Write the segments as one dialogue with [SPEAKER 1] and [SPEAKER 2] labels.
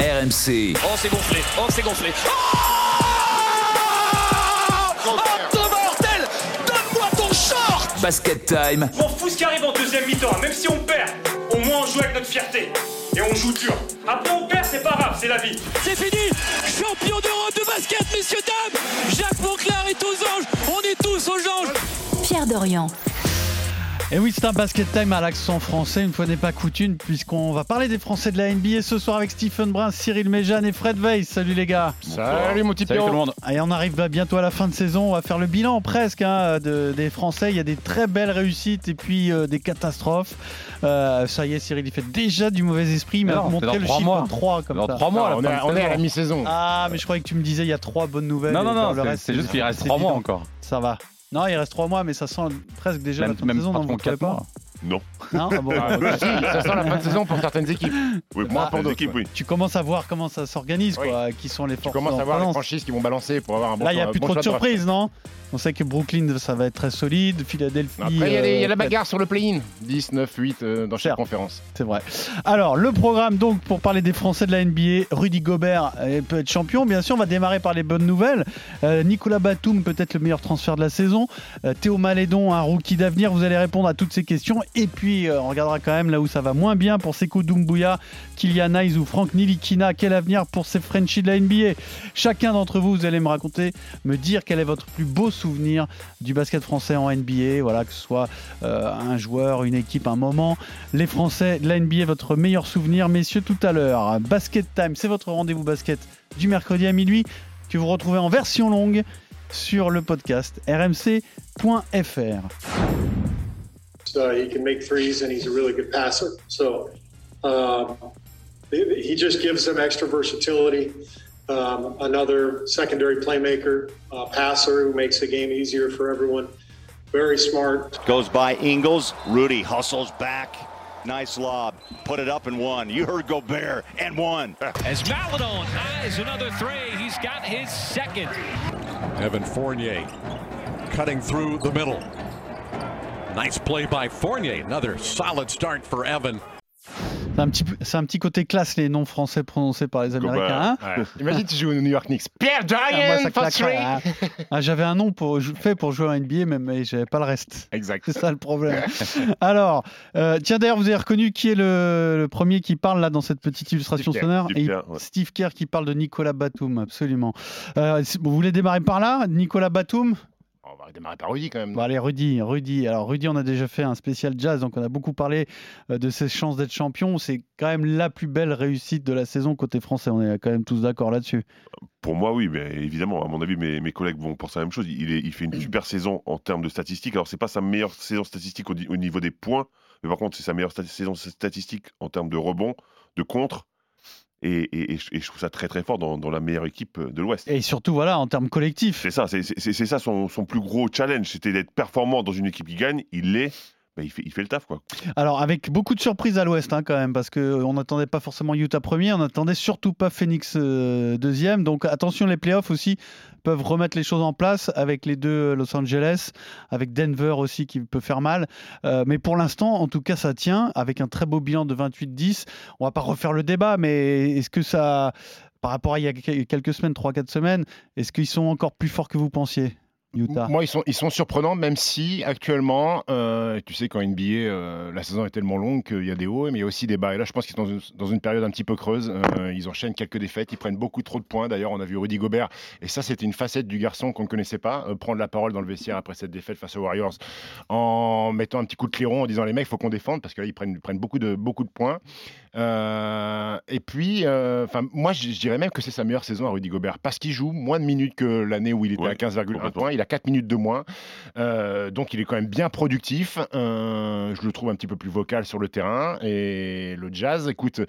[SPEAKER 1] RMC.
[SPEAKER 2] Oh, c'est gonflé. Oh, c'est gonflé. Oh, oh de mortel Donne-moi ton short
[SPEAKER 1] Basket Time.
[SPEAKER 3] m'en fous ce qui arrive en deuxième mi-temps, hein. même si on perd, au moins on joue avec notre fierté. Et on joue dur. Après on perd, c'est pas grave, c'est la vie.
[SPEAKER 4] C'est fini Champion d'Europe de basket, messieurs, dames Jacques Monclar est aux anges On est tous aux anges
[SPEAKER 5] Pierre Dorian.
[SPEAKER 6] Et Eh oui, c'est un basket time à l'accent français, une fois n'est pas coutume, puisqu'on va parler des Français de la NBA ce soir avec Stephen Brun, Cyril Méjean et Fred Weiss. Salut les gars
[SPEAKER 7] Salut mon petit Salut tout le monde.
[SPEAKER 6] Allez, on arrive bah, bientôt à la fin de saison, on va faire le bilan presque hein, de- des Français. Il y a des très belles réussites et puis euh, des catastrophes. Euh, ça y est, Cyril, il fait déjà du mauvais esprit, il m'a
[SPEAKER 7] Non, c'est
[SPEAKER 6] montré
[SPEAKER 7] dans
[SPEAKER 6] le
[SPEAKER 7] trois
[SPEAKER 6] chiffre
[SPEAKER 7] mois.
[SPEAKER 6] 3 comme
[SPEAKER 7] Dans
[SPEAKER 6] ça.
[SPEAKER 7] trois mois,
[SPEAKER 8] Ah,
[SPEAKER 7] la
[SPEAKER 8] on,
[SPEAKER 7] fin
[SPEAKER 8] est,
[SPEAKER 7] de
[SPEAKER 8] on est à la
[SPEAKER 7] saison.
[SPEAKER 8] mi-saison.
[SPEAKER 6] Ah, mais je croyais que tu me disais il y a trois bonnes nouvelles.
[SPEAKER 7] Non,
[SPEAKER 6] et
[SPEAKER 7] non,
[SPEAKER 6] par
[SPEAKER 7] non,
[SPEAKER 6] le
[SPEAKER 7] c'est-
[SPEAKER 6] reste,
[SPEAKER 7] c'est juste qu'il reste
[SPEAKER 6] c'est
[SPEAKER 7] trois mois
[SPEAKER 6] évident.
[SPEAKER 7] encore.
[SPEAKER 6] Ça va. Non, il reste trois mois, mais ça sent presque déjà la
[SPEAKER 7] Même,
[SPEAKER 6] fin de
[SPEAKER 7] même
[SPEAKER 6] saison, non, vous
[SPEAKER 7] pratiquement
[SPEAKER 6] trouvez
[SPEAKER 7] quatre mois.
[SPEAKER 6] pas Non
[SPEAKER 8] Non.
[SPEAKER 6] Ah bon, ok.
[SPEAKER 7] Ça sent la fin de saison pour certaines équipes. Ah, euh,
[SPEAKER 8] Oui, pour
[SPEAKER 6] Bah,
[SPEAKER 8] certaines équipes, oui.
[SPEAKER 6] tu commences à voir comment ça s'organise,
[SPEAKER 8] Oui.
[SPEAKER 6] quoi, qui sont les
[SPEAKER 8] Tu
[SPEAKER 6] forces.
[SPEAKER 8] commences
[SPEAKER 6] en
[SPEAKER 8] à voir les
[SPEAKER 6] balance.
[SPEAKER 8] franchises qui vont balancer pour avoir un bon
[SPEAKER 6] Là, il n'y a
[SPEAKER 8] choix-
[SPEAKER 6] plus
[SPEAKER 8] bon
[SPEAKER 6] trop de
[SPEAKER 8] choix draft.
[SPEAKER 6] surprises, non On sait que Brooklyn, ça va être très solide. Philadelphie.
[SPEAKER 8] Après,
[SPEAKER 7] Il y, a des- il y a
[SPEAKER 6] euh,
[SPEAKER 7] la bagarre sur le play-in. 10, 9, 8 euh, dans
[SPEAKER 6] Cher.
[SPEAKER 7] chaque conférence.
[SPEAKER 6] C'est vrai. Alors, le programme, donc, pour parler des Français de la NBA, Rudy Gobert euh, peut être champion. Bien sûr, on va démarrer par les bonnes nouvelles. Euh, Nicolas Batum, peut-être le meilleur transfert de la saison. Euh, Théo Malédon, un rookie d'avenir. Vous allez répondre à toutes ces questions. Et puis, euh, on regardera quand même là où ça va moins bien pour Seko Doumbouya, Kylian Hayes ou Franck Nilikina. Quel avenir pour ces Frenchies de la NBA Chacun d'entre vous, vous allez me raconter, me dire quel est votre plus beau souvenir du basket français en NBA. Voilà, que ce soit euh, un joueur, une équipe, un moment. Les Français de la NBA, votre meilleur souvenir, messieurs, tout à l'heure. Basket Time, c'est votre rendez-vous basket du mercredi à minuit que vous retrouvez en version longue sur le podcast rmc.fr.
[SPEAKER 9] So uh, he can make threes, and he's a really good passer. So um, he he just gives them extra versatility. Um, another secondary playmaker, uh, passer who makes the game easier for everyone. Very smart.
[SPEAKER 10] Goes by Ingles. Rudy hustles back. Nice lob. Put it up and one. You heard Gobert and one.
[SPEAKER 2] As Maladon eyes another three, he's got his second.
[SPEAKER 11] Evan Fournier cutting through the middle. Nice play by Fournier. Another solid start for Evan.
[SPEAKER 6] C'est un, petit peu- c'est un petit côté classe les noms français prononcés par les
[SPEAKER 8] Gobert,
[SPEAKER 6] Américains. hein
[SPEAKER 8] ouais.
[SPEAKER 7] Imagine tu joues au New York Knicks. Pierre
[SPEAKER 6] Ah, moi,
[SPEAKER 7] Dorian,
[SPEAKER 6] ça
[SPEAKER 7] for
[SPEAKER 6] claquerait,
[SPEAKER 7] three.
[SPEAKER 6] hein. Ah, J'avais un nom pour, fait pour jouer en NBA, mais, mais j'avais pas le reste.
[SPEAKER 7] Exact.
[SPEAKER 6] C'est ça le problème. Alors, euh, tiens d'ailleurs, vous avez reconnu qui est le, le premier qui parle là dans cette petite illustration
[SPEAKER 8] Steve Kerr,
[SPEAKER 6] sonore
[SPEAKER 8] Steve
[SPEAKER 6] Et il-
[SPEAKER 8] Kerr, ouais.
[SPEAKER 6] Steve Kerr qui parle de Nicolas Batum, absolument. Euh, si- vous voulez démarrer par là, Nicolas Batum
[SPEAKER 8] Mm.
[SPEAKER 7] On va démarrer par Rudy quand même.
[SPEAKER 6] Bon allez, Rudy, Rudy. Alors Rudy, on a déjà fait un spécial jazz, donc on a beaucoup parlé euh, de ses chances d'être champion. C'est quand même la plus belle réussite de la saison côté français. On est quand même tous d'accord là-dessus.
[SPEAKER 8] Pour moi, oui, mais évidemment, à mon avis, mes, mes collègues vont penser la même chose. Il, est- il fait une super saison en termes de statistiques. Alors, c'est pas sa meilleure saison statistique au, di- au niveau des points, mais par contre, c'est sa meilleure sta- saison statistique en termes de rebonds, de contre. Et, et- et je- et je trouve ça très, très fort dans, dans la meilleure équipe de l'Ouest.
[SPEAKER 6] Et surtout, voilà, en termes collectifs.
[SPEAKER 8] C'est ça, c'est- c'est c'est- c'est ça son, son plus gros challenge, c'était d'être performant dans une équipe qui gagne. Il l'est, mais il fait, il fait le taf, quoi.
[SPEAKER 6] Alors, avec beaucoup de surprises à l'ouest, hein, quand même, parce qu'on n'attendait pas forcément Utah premier, on n'attendait surtout pas Phoenix euh, deuxième. Donc, attention, les playoffs aussi peuvent remettre les choses en place avec les deux euh, Los Angeles, avec Denver aussi qui peut faire mal. Euh, mais pour l'instant, en tout cas, ça tient avec un très beau bilan de 28-10. On va pas refaire le débat, mais est-ce que ça, par rapport à il y a quel- quelques semaines, 3-4 semaines, est-ce qu'ils sont encore plus forts que vous pensiez, Utah
[SPEAKER 7] Moi, ils sont, ils sont surprenants, même si actuellement, euh, tu sais, qu'en NBA, euh, la saison est tellement longue qu'il y a des hauts, mais il y a aussi des bas. Et là, je pense qu'ils sont dans une, dans une période un petit peu creuse. Euh, ils enchaînent quelques défaites, ils prennent beaucoup trop de points. D'ailleurs, on a vu Rudy Gobert, et ça, c'était une facette du garçon qu'on ne connaissait pas, euh, prendre la parole dans le vestiaire après cette défaite face aux Warriors en mettant un petit coup de clairon en disant les mecs, faut qu'on défende parce que là, ils prennent, ils prennent beaucoup, de, beaucoup de points. Euh, et puis, euh, enfin, moi, je je dirais même que c'est sa meilleure saison à Rudy Gobert parce qu'il joue moins de minutes que l'année où il était
[SPEAKER 8] Ouais,
[SPEAKER 7] à 15,1
[SPEAKER 8] complètement.
[SPEAKER 7] points. Il a 4 minutes de moins. Euh, donc, il est quand même bien productif. Euh, je le trouve un petit peu plus vocal sur le terrain. Et le jazz, écoute.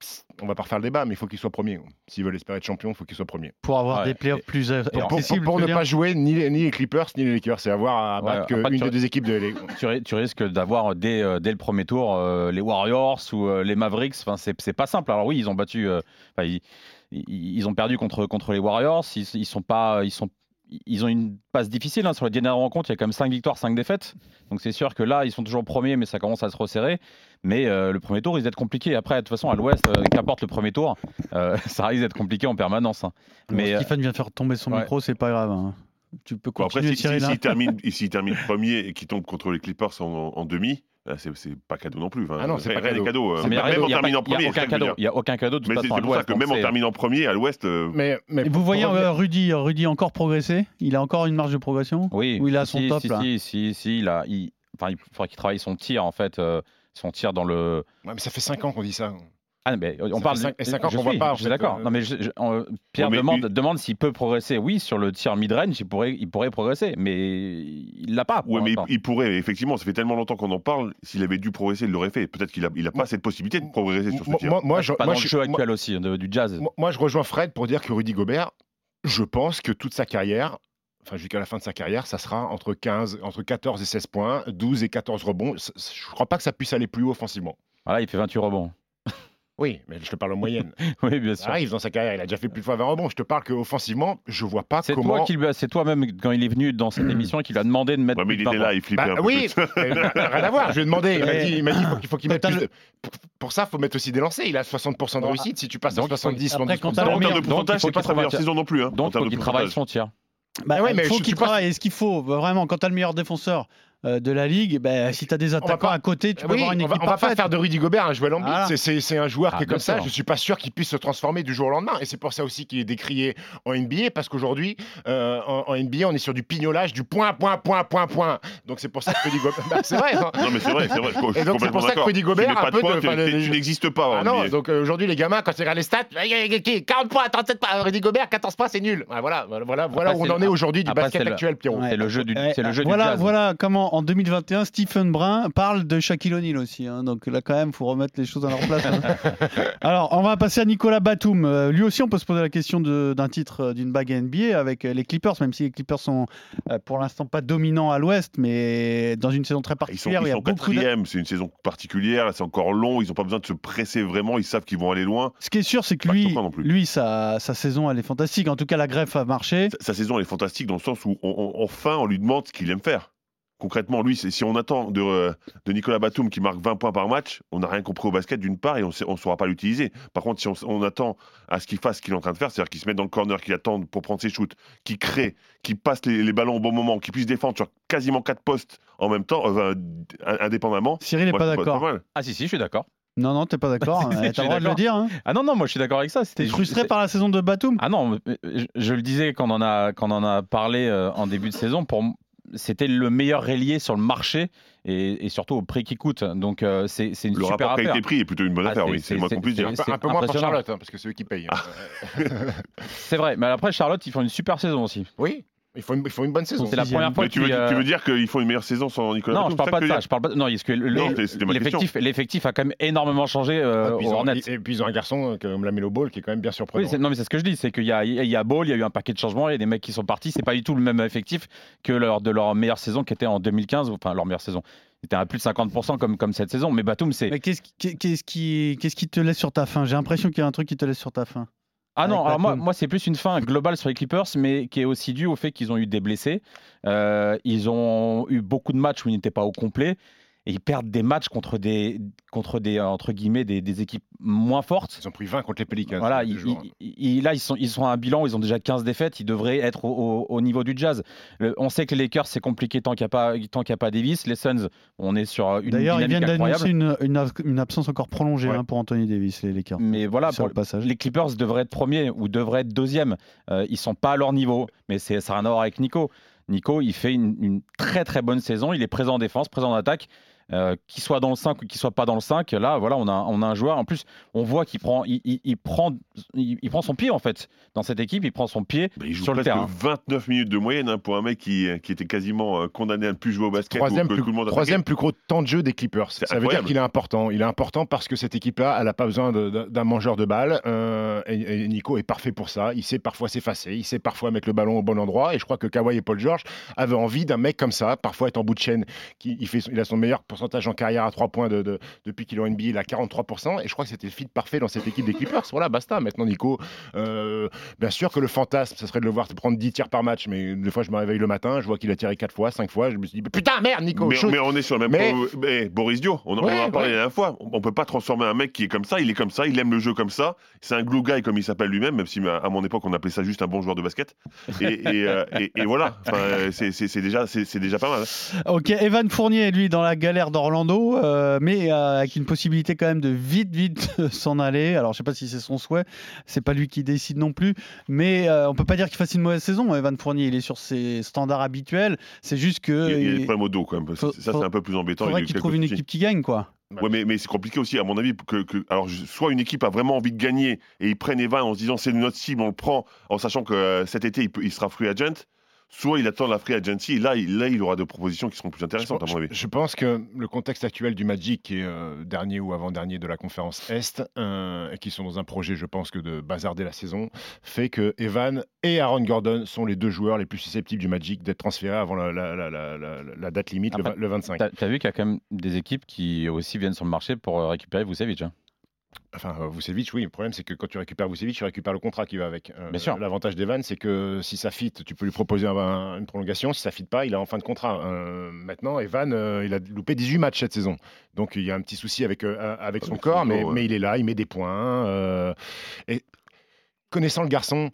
[SPEAKER 7] psst, On va pas refaire le débat, mais il faut qu'il soit premier. S'ils veulent espérer être champion, il faut qu'il soit premier.
[SPEAKER 6] Pour avoir
[SPEAKER 11] Ouais.
[SPEAKER 6] des playoffs plus
[SPEAKER 11] pour-
[SPEAKER 7] Pour,
[SPEAKER 6] accessibles,
[SPEAKER 7] pour
[SPEAKER 6] je veux
[SPEAKER 7] ne
[SPEAKER 6] dire.
[SPEAKER 7] pas jouer ni les, ni les Clippers ni les Lakers, c'est avoir à
[SPEAKER 11] Ouais,
[SPEAKER 7] battre
[SPEAKER 11] à battre
[SPEAKER 7] une
[SPEAKER 11] sur-
[SPEAKER 7] des deux équipes de les-
[SPEAKER 11] Tu, ri- tu risques d'avoir dès, euh, dès le premier tour euh, les Warriors ou euh, les Mavericks. Enfin, c'est c'est pas simple. Alors oui, ils ont battu. euh, enfin, ils, ils- ils ont perdu contre, contre les Warriors. Ils, ils sont pas. Ils sont
[SPEAKER 1] ils ont une passe difficile. hein. Sur les dernières rencontres, il y a quand même 5 victoires, 5 défaites. Donc c'est sûr que là, ils sont toujours premiers, mais ça commence à se resserrer. Mais euh, le premier tour risque d'être compliqué. Après, de toute façon, à l'Ouest, euh, qu'importe le premier tour, euh, ça risque d'être compliqué en permanence. hein. Mais,
[SPEAKER 6] Mais Stéphane vient de faire tomber son
[SPEAKER 1] ouais.
[SPEAKER 6] micro, c'est pas grave. hein. Tu peux
[SPEAKER 8] Bon,
[SPEAKER 6] continuer,
[SPEAKER 8] après, si- si-
[SPEAKER 6] Cyril.
[SPEAKER 8] s'il
[SPEAKER 6] hein.
[SPEAKER 8] termine, s'il termine premier et qu'il tombe contre les Clippers en, en demi, là, c'est c'est pas cadeau non plus. enfin,
[SPEAKER 7] Ah non, c'est
[SPEAKER 8] rien-
[SPEAKER 7] pas
[SPEAKER 8] rien n'est cadeau. euh,
[SPEAKER 1] mais
[SPEAKER 8] Même
[SPEAKER 1] il y a pas-
[SPEAKER 8] en terminant
[SPEAKER 1] il y a
[SPEAKER 8] premier,
[SPEAKER 1] aucun
[SPEAKER 8] c'est ça que je veux
[SPEAKER 1] cadeau.
[SPEAKER 8] dire.
[SPEAKER 1] Il n'y a aucun cadeau de toute
[SPEAKER 8] Mais c'est
[SPEAKER 1] façon à
[SPEAKER 8] c'est pour ça
[SPEAKER 1] l'Ouest.
[SPEAKER 8] que
[SPEAKER 1] donc
[SPEAKER 8] même en
[SPEAKER 1] c'est-
[SPEAKER 8] terminant premier à l'Ouest, euh,
[SPEAKER 7] Mais, mais
[SPEAKER 6] Et vous voyez
[SPEAKER 7] pour-
[SPEAKER 6] euh, Rudy, Rudy encore progressé Il a encore une marge de progression
[SPEAKER 1] Oui.
[SPEAKER 6] Où il a son
[SPEAKER 1] si,
[SPEAKER 6] top,
[SPEAKER 1] si,
[SPEAKER 6] là.
[SPEAKER 1] Si, si, si, il a- il, enfin, il faudra qu'il travaille son tir en fait, euh, son tir dans le.
[SPEAKER 7] Ouais, mais ça fait 5 ans qu'on dit ça.
[SPEAKER 1] Ah mais on
[SPEAKER 7] Ça
[SPEAKER 1] parle.
[SPEAKER 7] fait cinq-
[SPEAKER 1] je
[SPEAKER 7] cinq ans qu'on
[SPEAKER 1] suis-
[SPEAKER 7] voit pas, en
[SPEAKER 1] Je
[SPEAKER 7] fait,
[SPEAKER 1] suis d'accord.
[SPEAKER 7] euh,
[SPEAKER 1] Non mais je- je- euh, Pierre
[SPEAKER 8] Ouais, mais
[SPEAKER 1] demande
[SPEAKER 8] une-
[SPEAKER 1] demande s'il peut progresser. Oui, sur le tir mid-range, il pourrait, il pourrait progresser, mais il l'a pas. pour
[SPEAKER 8] ouais, mais il,
[SPEAKER 1] l'instant.
[SPEAKER 8] il pourrait, effectivement, ça fait tellement longtemps qu'on en parle, s'il avait dû progresser, il l'aurait fait. Peut-être qu'il n'a il a pas cette possibilité de progresser sur ce
[SPEAKER 7] Moi,
[SPEAKER 8] tir.
[SPEAKER 7] moi- moi,
[SPEAKER 1] Pas
[SPEAKER 7] je-
[SPEAKER 1] dans
[SPEAKER 7] moi,
[SPEAKER 1] le
[SPEAKER 7] je-
[SPEAKER 1] jeu
[SPEAKER 7] moi-
[SPEAKER 1] actuel aussi de- du jazz.
[SPEAKER 7] Moi, moi, je rejoins Fred pour dire que Rudy Gobert, je pense que toute sa carrière, enfin jusqu'à la fin de sa carrière, ça sera entre 15, entre 14 et 16 points, 12 et 14 rebonds. C- c- Je ne crois pas que ça puisse aller plus haut offensivement.
[SPEAKER 1] Voilà, il fait 28 rebonds.
[SPEAKER 7] Oui, mais je te parle en moyenne.
[SPEAKER 1] oui, bien sûr.
[SPEAKER 7] Ça arrive dans sa carrière, il a déjà fait plus de fois 20 rebonds. Je te parle qu'offensivement, je vois pas
[SPEAKER 1] c'est
[SPEAKER 7] comment.
[SPEAKER 1] toi qui lui a- c'est toi-même quand il est venu dans cette émission qui lui a demandé de mettre.
[SPEAKER 8] Ouais, mais il
[SPEAKER 1] plus
[SPEAKER 8] était
[SPEAKER 1] de
[SPEAKER 8] là, il flippait
[SPEAKER 7] Bah,
[SPEAKER 8] un peu.
[SPEAKER 7] oui,
[SPEAKER 8] plus.
[SPEAKER 7] mais rien à voir. Je lui ai demandé. Il m'a
[SPEAKER 6] Et-
[SPEAKER 7] dit, il m'a dit, faut qu'il faut qu'il mette
[SPEAKER 6] T'as
[SPEAKER 7] plus
[SPEAKER 6] le-
[SPEAKER 7] de- Pour, pour ça, faut mettre aussi des lancers. Il a 60% de
[SPEAKER 6] Bon,
[SPEAKER 7] réussite. Si tu passes à
[SPEAKER 1] donc, il faut-
[SPEAKER 7] 70,
[SPEAKER 6] après,
[SPEAKER 7] 72%.
[SPEAKER 6] quand t'as
[SPEAKER 8] Non,
[SPEAKER 6] la
[SPEAKER 8] en
[SPEAKER 6] merde,
[SPEAKER 8] termes de
[SPEAKER 1] donc,
[SPEAKER 8] pourcentage,
[SPEAKER 1] il faut
[SPEAKER 8] c'est pas
[SPEAKER 1] qu'il
[SPEAKER 8] sa meilleure
[SPEAKER 1] travaille-
[SPEAKER 8] saison non plus. hein, en
[SPEAKER 1] Donc, il faut
[SPEAKER 8] termes de
[SPEAKER 1] qu'il travaille
[SPEAKER 8] pourcentage.
[SPEAKER 1] son tir.
[SPEAKER 6] Bah,
[SPEAKER 7] ouais, mais
[SPEAKER 6] il faut
[SPEAKER 7] je-
[SPEAKER 6] qu'il
[SPEAKER 7] je pense-
[SPEAKER 6] travaille. Et ce qu'il faut, bah, vraiment, quand tu as le meilleur défenseur euh, de la ligue, bah, si tu as des attaquants
[SPEAKER 7] pas-
[SPEAKER 6] à côté, tu peux
[SPEAKER 7] Oui,
[SPEAKER 6] avoir une
[SPEAKER 7] on
[SPEAKER 6] équipe
[SPEAKER 7] va, on va pas
[SPEAKER 6] parfaite.
[SPEAKER 7] faire de Rudy Gobert un joueur Embiid.
[SPEAKER 6] Voilà.
[SPEAKER 7] C'est- C'est c'est un joueur
[SPEAKER 1] Ah,
[SPEAKER 7] qui est
[SPEAKER 1] bien
[SPEAKER 7] comme ça.
[SPEAKER 1] sûr.
[SPEAKER 7] Je suis pas sûr qu'il puisse se transformer du jour au lendemain. Et c'est pour ça aussi qu'il est décrié en NBA parce qu'aujourd'hui, euh, en, en NBA, on est sur du pignolage, du point, point, point, point, point. Donc c'est pour ça que Rudy Gobert. Bah, c'est vrai. hein.
[SPEAKER 8] Non, mais c'est vrai, c'est vrai. Je, je suis
[SPEAKER 7] Et donc, c'est
[SPEAKER 8] complètement
[SPEAKER 7] pour ça que
[SPEAKER 8] d'accord.
[SPEAKER 7] Rudy
[SPEAKER 8] Tu
[SPEAKER 7] Gobert
[SPEAKER 8] mets
[SPEAKER 7] a
[SPEAKER 8] pas
[SPEAKER 7] un
[SPEAKER 8] de
[SPEAKER 7] peu
[SPEAKER 8] points,
[SPEAKER 7] de-
[SPEAKER 8] tu-
[SPEAKER 7] enfin,
[SPEAKER 8] tu
[SPEAKER 7] les-
[SPEAKER 8] tu n'existes pas. en
[SPEAKER 7] Ah non,
[SPEAKER 8] NBA.
[SPEAKER 7] donc euh, aujourd'hui, les gamins, quand ils regardent les stats, eh, eh, eh, 40 points, 37 points, Rudy Gobert, 14 points, c'est nul. Ah, voilà, voilà, voilà, voilà
[SPEAKER 1] Après,
[SPEAKER 7] où
[SPEAKER 1] c'est
[SPEAKER 7] on en
[SPEAKER 1] le-
[SPEAKER 7] est aujourd'hui du
[SPEAKER 1] après, c'est
[SPEAKER 7] basket
[SPEAKER 1] le-
[SPEAKER 7] actuel, Pierrot.
[SPEAKER 6] Ouais.
[SPEAKER 1] C'est le jeu du,
[SPEAKER 6] Ouais,
[SPEAKER 1] c'est le jeu
[SPEAKER 6] Eh, voilà,
[SPEAKER 1] du jazz.
[SPEAKER 6] voilà comment en 2021 Stephen Brun parle de Shaquille O'Neal aussi. hein. donc là quand même, faut remettre les choses à leur place. hein. Alors on va passer à Nicolas Batum. Euh, lui aussi, on peut se poser la question de- d'un titre euh, d'une bague NBA avec euh, les Clippers, même si les Clippers sont euh, pour l'instant pas dominants à l'Ouest, mais dans une saison très
[SPEAKER 8] Ah, Ils sont,
[SPEAKER 6] particulière,
[SPEAKER 8] ils
[SPEAKER 6] il y a
[SPEAKER 8] sont
[SPEAKER 6] beaucoup de...
[SPEAKER 8] quatrième, c'est une saison particulière, c'est encore long, ils n'ont pas besoin de se presser vraiment, ils savent qu'ils vont aller loin. Bah,
[SPEAKER 6] Ce qui est sûr, c'est que
[SPEAKER 8] Pas
[SPEAKER 6] lui,
[SPEAKER 8] choquant non plus.
[SPEAKER 6] lui sa, sa saison, elle est fantastique. En tout cas, la greffe a marché.
[SPEAKER 8] Sa, sa saison, elle est fantastique dans le sens où, on- on- enfin, on lui demande ce qu'il aime faire. Concrètement, lui, c'est- si on attend de, euh, de Nicolas Batum qui marque 20 points par match, on n'a rien compris au basket d'une part et on ne saura pas l'utiliser. Par contre, si on, s- on attend à ce qu'il fasse ce qu'il est en train de faire, c'est-à-dire qu'il se mette dans le corner, qu'il attende pour prendre ses shoots, qu'il crée, qu'il passe les, les ballons au bon moment, qu'il puisse défendre sur quasiment quatre postes en même temps, euh, enfin, indépendamment.
[SPEAKER 6] Cyril n'est
[SPEAKER 8] moi,
[SPEAKER 6] pas
[SPEAKER 8] je trouve ça
[SPEAKER 6] d'accord.
[SPEAKER 8] mal.
[SPEAKER 1] Ah si si, je suis d'accord.
[SPEAKER 6] Non, non, t'es pas d'accord.
[SPEAKER 1] Je
[SPEAKER 6] Euh,
[SPEAKER 1] suis
[SPEAKER 6] T'as le droit de le
[SPEAKER 1] d'accord.
[SPEAKER 6] dire. Hein.
[SPEAKER 1] Ah non non, moi je suis d'accord avec ça.
[SPEAKER 6] T'es
[SPEAKER 1] C'était
[SPEAKER 6] frustré par la saison de Batum
[SPEAKER 1] Ah non, mais, euh, je, je le disais quand on en a, quand on en a parlé euh, en début de saison, pour m- c'était le meilleur relié sur le marché et, et surtout au prix qui coûte. Donc euh, c'est c'est une
[SPEAKER 8] Le
[SPEAKER 1] super
[SPEAKER 8] rapport
[SPEAKER 1] affaire.
[SPEAKER 8] qualité-prix est plutôt une bonne
[SPEAKER 1] Ah,
[SPEAKER 8] affaire,
[SPEAKER 1] c'est-
[SPEAKER 8] oui, c'est
[SPEAKER 1] c'est-
[SPEAKER 8] le moins qu'on puisse
[SPEAKER 1] c'est-
[SPEAKER 8] dire.
[SPEAKER 1] c'est-
[SPEAKER 7] Un peu- un peu moins pour
[SPEAKER 1] impressionnant. Ah.
[SPEAKER 7] Charlotte, hein, parce que c'est eux qui payent. hein.
[SPEAKER 1] C'est vrai, mais après Charlotte, ils font une super saison aussi.
[SPEAKER 7] Oui, il faut une, il faut une bonne saison.
[SPEAKER 1] C'est la
[SPEAKER 6] sixième.
[SPEAKER 1] première fois
[SPEAKER 8] Mais tu
[SPEAKER 1] qu'ils,
[SPEAKER 8] veux,
[SPEAKER 1] euh,
[SPEAKER 8] tu veux dire qu'ils font une meilleure saison sans Nicolas
[SPEAKER 1] Non, je
[SPEAKER 8] Batum, c'est
[SPEAKER 1] parle pas de
[SPEAKER 8] que
[SPEAKER 1] ça.
[SPEAKER 8] tu
[SPEAKER 1] Je parle pas. de- Non, parce que le-
[SPEAKER 8] Non, c'était- c'était ma Ah,
[SPEAKER 1] l'effectif, l'effectif a quand même énormément changé euh,
[SPEAKER 7] Et puis,
[SPEAKER 1] aux
[SPEAKER 7] ils ont-
[SPEAKER 1] Hornets.
[SPEAKER 7] et puis ils ont un garçon euh, comme la Melo Ball qui est quand même bien surprenant.
[SPEAKER 1] Oui, c'est- non, mais c'est ce que je dis, c'est qu'il y a, il y a Ball, il y a eu un paquet de changements, il y a des mecs qui sont partis, c'est pas du tout le même effectif que lors de leur meilleure saison qui était en 2015, enfin leur meilleure saison. Ils étaient à plus de 50% comme, comme cette saison, mais Batum, c'est.
[SPEAKER 6] Mais qu'est-ce qui, qu'est-ce qui, qu'est-ce qui te laisse sur ta faim J'ai l'impression qu'il y a un truc qui te laisse sur ta faim.
[SPEAKER 1] Ah non,
[SPEAKER 6] Avec
[SPEAKER 1] alors moi,
[SPEAKER 6] Batum.
[SPEAKER 1] moi c'est plus une fin globale sur les Clippers, mais qui est aussi due au fait qu'ils ont eu des blessés. Euh, ils ont eu beaucoup de matchs où ils n'étaient pas au complet. Et ils perdent des matchs contre des, contre des, euh, entre guillemets, des, des équipes moins fortes.
[SPEAKER 7] Ils ont pris 20 contre les Pelicans.
[SPEAKER 1] Voilà,
[SPEAKER 7] ce
[SPEAKER 1] ils-
[SPEAKER 7] jour.
[SPEAKER 6] hein.
[SPEAKER 1] ils- ils- là, ils sont, ils sont à un bilan, où ils ont déjà 15 défaites, ils devraient être au, au- au niveau du jazz. Le- on sait que les Lakers, c'est compliqué tant qu'il n'y a, pas- tant qu'il y a pas Davis. Les Suns, on est sur euh, une
[SPEAKER 6] D'ailleurs, ils
[SPEAKER 1] dynamique
[SPEAKER 6] viennent d'annoncer
[SPEAKER 1] incroyable.
[SPEAKER 6] une, une ab- une absence encore prolongée
[SPEAKER 7] Ouais.
[SPEAKER 6] hein, pour Anthony Davis, les Lakers.
[SPEAKER 1] Mais voilà,
[SPEAKER 6] sur
[SPEAKER 1] pour,
[SPEAKER 6] le passage.
[SPEAKER 1] les Clippers devraient être premiers ou devraient être deuxièmes. Euh, ils sont pas à leur niveau, mais c'est ça n'a rien à voir avec Nico. Nico, il fait une, une très très bonne saison. Il est présent en défense, présent en attaque. Euh, qu'il soit dans le 5 ou qu'il soit pas dans le 5, là, voilà, on a, on a un joueur. En plus, on voit qu'il prend, il, il- il prend, il, il prend son pied en fait dans cette équipe. Il prend son pied
[SPEAKER 8] Bah, il joue
[SPEAKER 1] sur le
[SPEAKER 8] presque
[SPEAKER 1] terrain.
[SPEAKER 8] 29 minutes de moyenne hein, pour un mec qui, qui était quasiment euh, condamné à ne plus jouer au basket.
[SPEAKER 7] Troisième,
[SPEAKER 8] ou que
[SPEAKER 7] plus,
[SPEAKER 8] tout le monde attaquait.
[SPEAKER 7] troisième plus gros temps de jeu des Clippers. Ça
[SPEAKER 8] C'est
[SPEAKER 7] veut dire
[SPEAKER 8] incroyable.
[SPEAKER 7] qu'il est important. Il est important parce que cette équipe-là, elle n'a pas besoin de- de- d'un mangeur de balles. euh, et, et Nico est parfait pour ça. Il sait parfois s'effacer. Il sait parfois mettre le ballon au bon endroit. Et je crois que Kawhi et Paul George avaient envie d'un mec comme ça. Parfois être en bout de chaîne. Qui, il, fait, son- il a son meilleur pourcentage en carrière à 3 points de, de- depuis qu'il est en NBA, il a 43%. Et je crois que c'était le fit parfait dans cette équipe des Clippers. Voilà, basta. Maintenant, Nico, euh, bien sûr que le fantasme, ce serait de le voir prendre 10 tirs par match. Mais des fois, je me réveille le matin, je vois qu'il a tiré 4 fois, 5 fois. Je me suis dit, mais putain, merde, Nico.
[SPEAKER 8] Mais,
[SPEAKER 7] chose-
[SPEAKER 8] mais on est sur le même.
[SPEAKER 7] Mais-
[SPEAKER 8] point- mais Boris Dio, on en,
[SPEAKER 7] Ouais,
[SPEAKER 8] on en a parlé
[SPEAKER 7] ouais.
[SPEAKER 8] la dernière fois. On on peut pas transformer un mec qui est comme ça. Il est comme ça. Il aime le jeu comme ça. C'est un glue guy comme il s'appelle lui-même, même si bah, à à mon époque on appelait ça juste un bon joueur de basket. Et, et, euh, et- et voilà. Enfin, euh, c'est- c'est c'est déjà, c'est c'est déjà pas mal.
[SPEAKER 6] Ok, Evan Fournier, lui, dans la galère d'Orlando, euh, mais euh, avec une possibilité quand même de vite, vite s'en aller. Alors, je sais pas si c'est son souhait, c'est pas lui qui décide non plus, mais euh, on peut pas dire qu'il fasse une mauvaise saison. Evan Fournier, il est sur ses standards habituels. C'est juste que
[SPEAKER 8] Il, il y a
[SPEAKER 6] il
[SPEAKER 8] des problèmes au dos quand même. Ça,
[SPEAKER 6] Euh, Faut-
[SPEAKER 8] c'est- ça,
[SPEAKER 6] faut-
[SPEAKER 8] c'est un peu plus embêtant.
[SPEAKER 6] faudrait
[SPEAKER 8] Il a eu
[SPEAKER 6] qu'il
[SPEAKER 8] quelques
[SPEAKER 6] trouve une
[SPEAKER 8] petits-
[SPEAKER 6] équipe qui gagne, quoi.
[SPEAKER 8] Ouais, mais, mais c'est compliqué aussi, à mon avis. Que, que- alors, je- soit une équipe a vraiment envie de gagner et ils prennent Evan en se disant c'est notre cible, on le prend, en sachant que euh, cet été il, peut- il sera free agent. Soit il attend la free agency et là, il, là, il aura des propositions qui seront plus intéressantes, à mon avis.
[SPEAKER 7] Je, je pense que le contexte actuel du Magic, qui est euh, dernier ou avant-dernier de la conférence Est, euh, et qui sont dans un projet, je pense, que de bazarder la saison, fait que Evan et Aaron Gordon sont les deux joueurs les plus susceptibles du Magic d'être transférés avant la, la- la- la- la- la date limite, le
[SPEAKER 1] Après,
[SPEAKER 7] vingt- le, 25.
[SPEAKER 1] T'as t'as vu qu'il y a quand même des équipes qui aussi viennent sur le marché pour euh, récupérer Vucevic. hein.
[SPEAKER 7] Enfin, euh, Vucevic, oui. Le problème, c'est que quand tu récupères Vucevic, tu récupères le contrat qui va avec. Euh,
[SPEAKER 1] Bien sûr.
[SPEAKER 7] L'avantage d'Evan, c'est que si ça fit, tu peux lui proposer un- un- une prolongation. Si ça fit pas, il est en fin de contrat. Euh, maintenant, Evan, euh, il a loupé 18 matchs cette saison. Donc, il y a un petit souci avec, euh, avec
[SPEAKER 1] Ah,
[SPEAKER 7] son
[SPEAKER 8] Avec son
[SPEAKER 7] corps, mais,
[SPEAKER 8] corps, ouais.
[SPEAKER 7] mais il est là, il met des points. euh, et connaissant le garçon.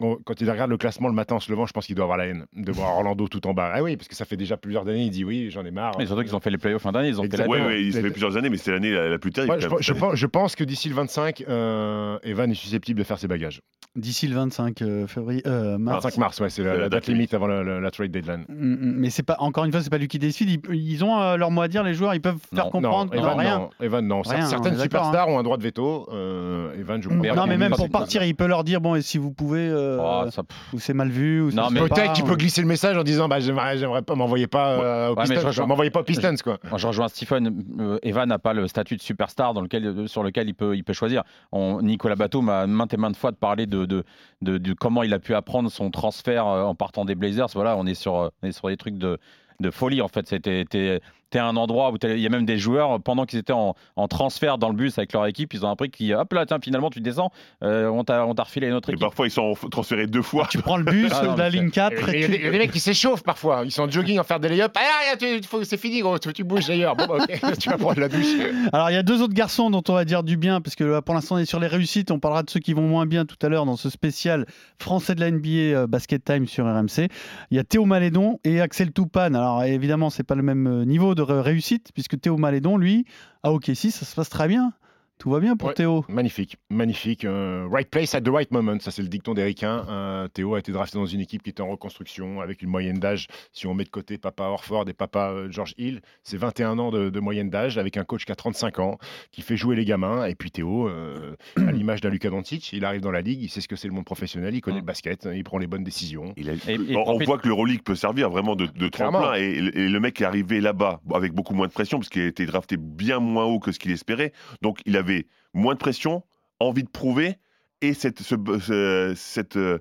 [SPEAKER 7] bon, Quand il regarde le classement le matin en se levant, je pense qu'il doit avoir la haine de voir Orlando tout en bas. Ah oui, parce que ça fait déjà plusieurs années, il dit Ah, oui, j'en ai marre.
[SPEAKER 1] Mais surtout qu'ils ont fait les playoffs un dernier, ils ont fait la
[SPEAKER 7] Exactement.
[SPEAKER 8] Ouais,
[SPEAKER 1] tête.
[SPEAKER 8] ouais, il ça fait plusieurs années, mais c'était l'année la, la plus terrible.
[SPEAKER 7] Ouais, je,
[SPEAKER 8] quand même.
[SPEAKER 7] pe- je pense, je pense que d'ici le 25, euh, Evan est susceptible de faire ses bagages.
[SPEAKER 6] D'ici le 25 euh, février, euh, mars.
[SPEAKER 7] 25 mars, ouais, c'est la,
[SPEAKER 8] C'est
[SPEAKER 7] la date limite avant la, la- la trade deadline.
[SPEAKER 6] Mm, mm, Mais c'est pas encore une fois, c'est pas lui qui décide. Ils, ils ont euh, leur mot à dire, les joueurs. Ils peuvent faire
[SPEAKER 1] Non,
[SPEAKER 6] comprendre
[SPEAKER 7] non, Evan,
[SPEAKER 6] rien.
[SPEAKER 7] non. Evan, non. Cer-
[SPEAKER 6] Rien, on est
[SPEAKER 7] Certaines
[SPEAKER 6] d'accord,
[SPEAKER 7] superstars ont un droit de veto. euh, Evan, je
[SPEAKER 1] Mais
[SPEAKER 6] Mm. non,
[SPEAKER 1] on
[SPEAKER 6] mais
[SPEAKER 1] dit
[SPEAKER 6] même
[SPEAKER 1] pas
[SPEAKER 6] pour
[SPEAKER 1] c'est pas
[SPEAKER 6] partir, il peut leur dire bon, et si vous pouvez, euh,
[SPEAKER 1] Oh, ça- pff.
[SPEAKER 6] ou c'est mal vu, ou ça
[SPEAKER 1] Non,
[SPEAKER 6] se
[SPEAKER 1] mais-
[SPEAKER 6] fait
[SPEAKER 7] Peut-être
[SPEAKER 6] pas,
[SPEAKER 7] qu'il
[SPEAKER 6] ou-
[SPEAKER 7] peut glisser le message en disant bah, j'aimerais, j'aimerais pas, m'envoyer pas, euh, aux
[SPEAKER 1] Ouais, mais je
[SPEAKER 7] Pistons, quoi.
[SPEAKER 1] rejoins-
[SPEAKER 7] M'envoyez pas aux Pistons, quoi.
[SPEAKER 1] Moi, je rejoins Stephen. euh, Evan n'a pas le statut de superstar dans lequel, euh, sur lequel il peut, il peut choisir. On- Nicolas Batum a maintes et maintes fois de parler de, de, de- de comment il a pu apprendre son transfert euh, en partant des Blazers. Voilà, on est sur, euh, on est sur des trucs de, de folie en fait. C'était t'es- t'es à un endroit où t'es- il y a même des joueurs euh, pendant qu'ils étaient en, en transfert dans le bus avec leur équipe, ils ont appris qu'ils hop là tiens finalement tu descends, euh, on t'a on t'a refilé une autre
[SPEAKER 8] Et
[SPEAKER 1] équipe.
[SPEAKER 8] parfois, ils sont transférés deux fois.
[SPEAKER 6] Tu prends le bus,
[SPEAKER 1] Ah, non,
[SPEAKER 6] la
[SPEAKER 1] mais
[SPEAKER 6] ligne 4.
[SPEAKER 7] Il y, a des- il y a des mecs qui s'échauffent parfois. Ils sont en jogging, en faire des lay-ups. Ah, ah, tu- faut- c'est fini, gros, tu, tu bouges d'ailleurs. Bon, bah, ok, tu vas prendre la douche.
[SPEAKER 6] Alors, il y a deux autres garçons dont on va dire du bien, parce que là, pour l'instant, on est sur les réussites. On parlera de ceux qui vont moins bien tout à l'heure dans ce spécial français de la NBA euh, Basket Time sur RMC. Il y a Théo Malédon et Axel Toupane. Alors, évidemment, c'est pas le même euh, niveau de ré- réussite, puisque Théo Malédon, lui, à OKC, ça se passe très bien. Tout va bien pour
[SPEAKER 7] Ouais.
[SPEAKER 6] Théo.
[SPEAKER 7] Magnifique, magnifique. Euh, right place at the right moment, ça c'est le dicton des ricains. Euh, Théo a été drafté dans une équipe qui était en reconstruction avec une moyenne d'âge. Si on met de côté papa Orford et papa euh, George Hill, c'est 21 ans de, de moyenne d'âge avec un coach qui a 35 ans, qui fait jouer les gamins. Et puis Théo, euh, à l'image d'un Luka Doncic, il arrive dans la ligue, il sait ce que c'est le monde professionnel, il connaît le basket, hein, il prend les bonnes décisions.
[SPEAKER 8] Il a-
[SPEAKER 1] Et- et
[SPEAKER 8] on, on
[SPEAKER 1] profite-
[SPEAKER 8] voit que l'Euroleague peut servir vraiment de, de
[SPEAKER 7] Clairement.
[SPEAKER 8] tremplin. Et, et le mec est arrivé là-bas avec beaucoup moins de pression, parce qu'il a été drafté bien moins haut que ce qu'il espérait. Donc, il avait moins de pression, envie de prouver, et cette, ce- ce- cette euh,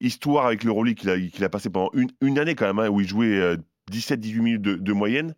[SPEAKER 8] histoire avec l'Euroleague qu'il a, qu'il a passé pendant une, une année quand même, hein, où il jouait euh, 17-18 minutes de, de moyenne.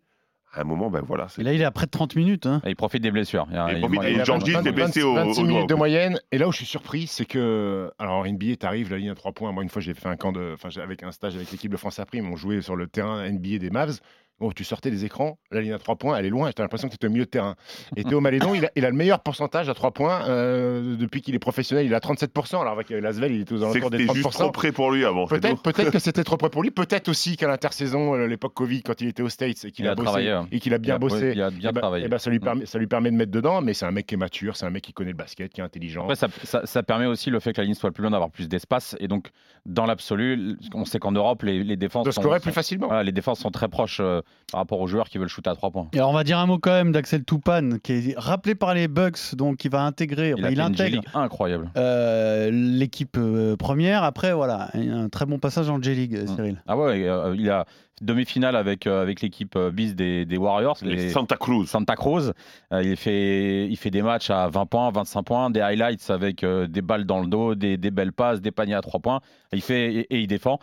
[SPEAKER 8] À un moment, ben voilà. c'est-
[SPEAKER 6] Et là, il est à près de 30 minutes. hein.
[SPEAKER 1] Et il profite des blessures. Il y a-
[SPEAKER 8] Et
[SPEAKER 1] il-
[SPEAKER 8] profite-
[SPEAKER 1] il-
[SPEAKER 8] et
[SPEAKER 1] il-
[SPEAKER 8] George Hill,
[SPEAKER 1] il-
[SPEAKER 8] t'es
[SPEAKER 1] il-
[SPEAKER 8] blessé au- au
[SPEAKER 7] 26
[SPEAKER 8] doigt,
[SPEAKER 7] minutes
[SPEAKER 8] au
[SPEAKER 7] de
[SPEAKER 8] plus.
[SPEAKER 7] moyenne. Et là où je suis surpris, c'est que. Alors, en NBA, t'arrives, la ligne à 3 points. Moi, une fois, j'ai fait un camp de. Enfin, j'ai- avec un stage avec l'équipe de France après, ils m'ont joué sur le terrain NBA des Mavs. Bon, tu sortais des écrans, la ligne à 3 points, elle est loin, t'as l'impression que t'étais au milieu de terrain. Et Théo Malédon, il a, il a le meilleur pourcentage à 3 poinns euh, depuis qu'il est professionnel, il a 37%, alors avec Lasvel, il était aux
[SPEAKER 8] C'est que
[SPEAKER 7] alentours des
[SPEAKER 8] t'es juste
[SPEAKER 7] 30%.
[SPEAKER 8] trop près pour lui avant. c'est
[SPEAKER 7] Peut-être
[SPEAKER 8] tout.
[SPEAKER 7] peut que c'était trop près pour lui, peut-être aussi qu'à l'intersaison, euh, l'époque Covid, quand il était aux States et qu'il
[SPEAKER 1] Il
[SPEAKER 7] a,
[SPEAKER 1] a
[SPEAKER 7] bossé
[SPEAKER 1] travaillé, hein.
[SPEAKER 7] et qu'il a
[SPEAKER 1] il
[SPEAKER 7] bien
[SPEAKER 1] a-
[SPEAKER 7] bossé,
[SPEAKER 1] il a bien
[SPEAKER 7] eh ben-
[SPEAKER 1] travaillé.
[SPEAKER 7] eh ben, ça, lui
[SPEAKER 1] Mm.
[SPEAKER 7] permet, ça lui permet de mettre dedans, mais c'est un mec qui est mature, c'est un mec qui connaît le basket, qui est intelligent.
[SPEAKER 1] Après, ça, ça- ça permet aussi le fait que la ligne soit plus longue d'avoir plus d'espace. Et donc, dans l'absolu, on sait qu'en Europe, les, les défenses
[SPEAKER 7] de
[SPEAKER 1] sont,
[SPEAKER 7] scorer
[SPEAKER 1] sont-
[SPEAKER 7] plus facilement.
[SPEAKER 1] hein. voilà, les défenses sont très proches euh, par rapport aux joueurs qui veulent shooter à 3 points.
[SPEAKER 6] Et alors, on va dire un mot quand même d'Axel Toupane, qui est rappelé par les Bucks, donc qui va intégrer,
[SPEAKER 1] Il
[SPEAKER 6] enfin,
[SPEAKER 1] a
[SPEAKER 6] il,
[SPEAKER 1] fait une
[SPEAKER 6] intègre
[SPEAKER 1] G-League incroyable.
[SPEAKER 6] euh, l'équipe euh, première. Après, voilà, un très bon passage en J-League, euh,
[SPEAKER 1] Mm.
[SPEAKER 6] Cyril.
[SPEAKER 1] Ah ouais, euh, il a demi-finale avec, euh, avec l'équipe euh, bis des, des Warriors,
[SPEAKER 8] Les
[SPEAKER 1] les
[SPEAKER 8] Santa Cruz.
[SPEAKER 1] Santa Cruz. Euh, il, fait, il fait des matchs à 20 points, 25 points, des highlights avec euh, des balles dans le dos, des, des belles passes, des paniers à 3 points. Il fait et, et il défend.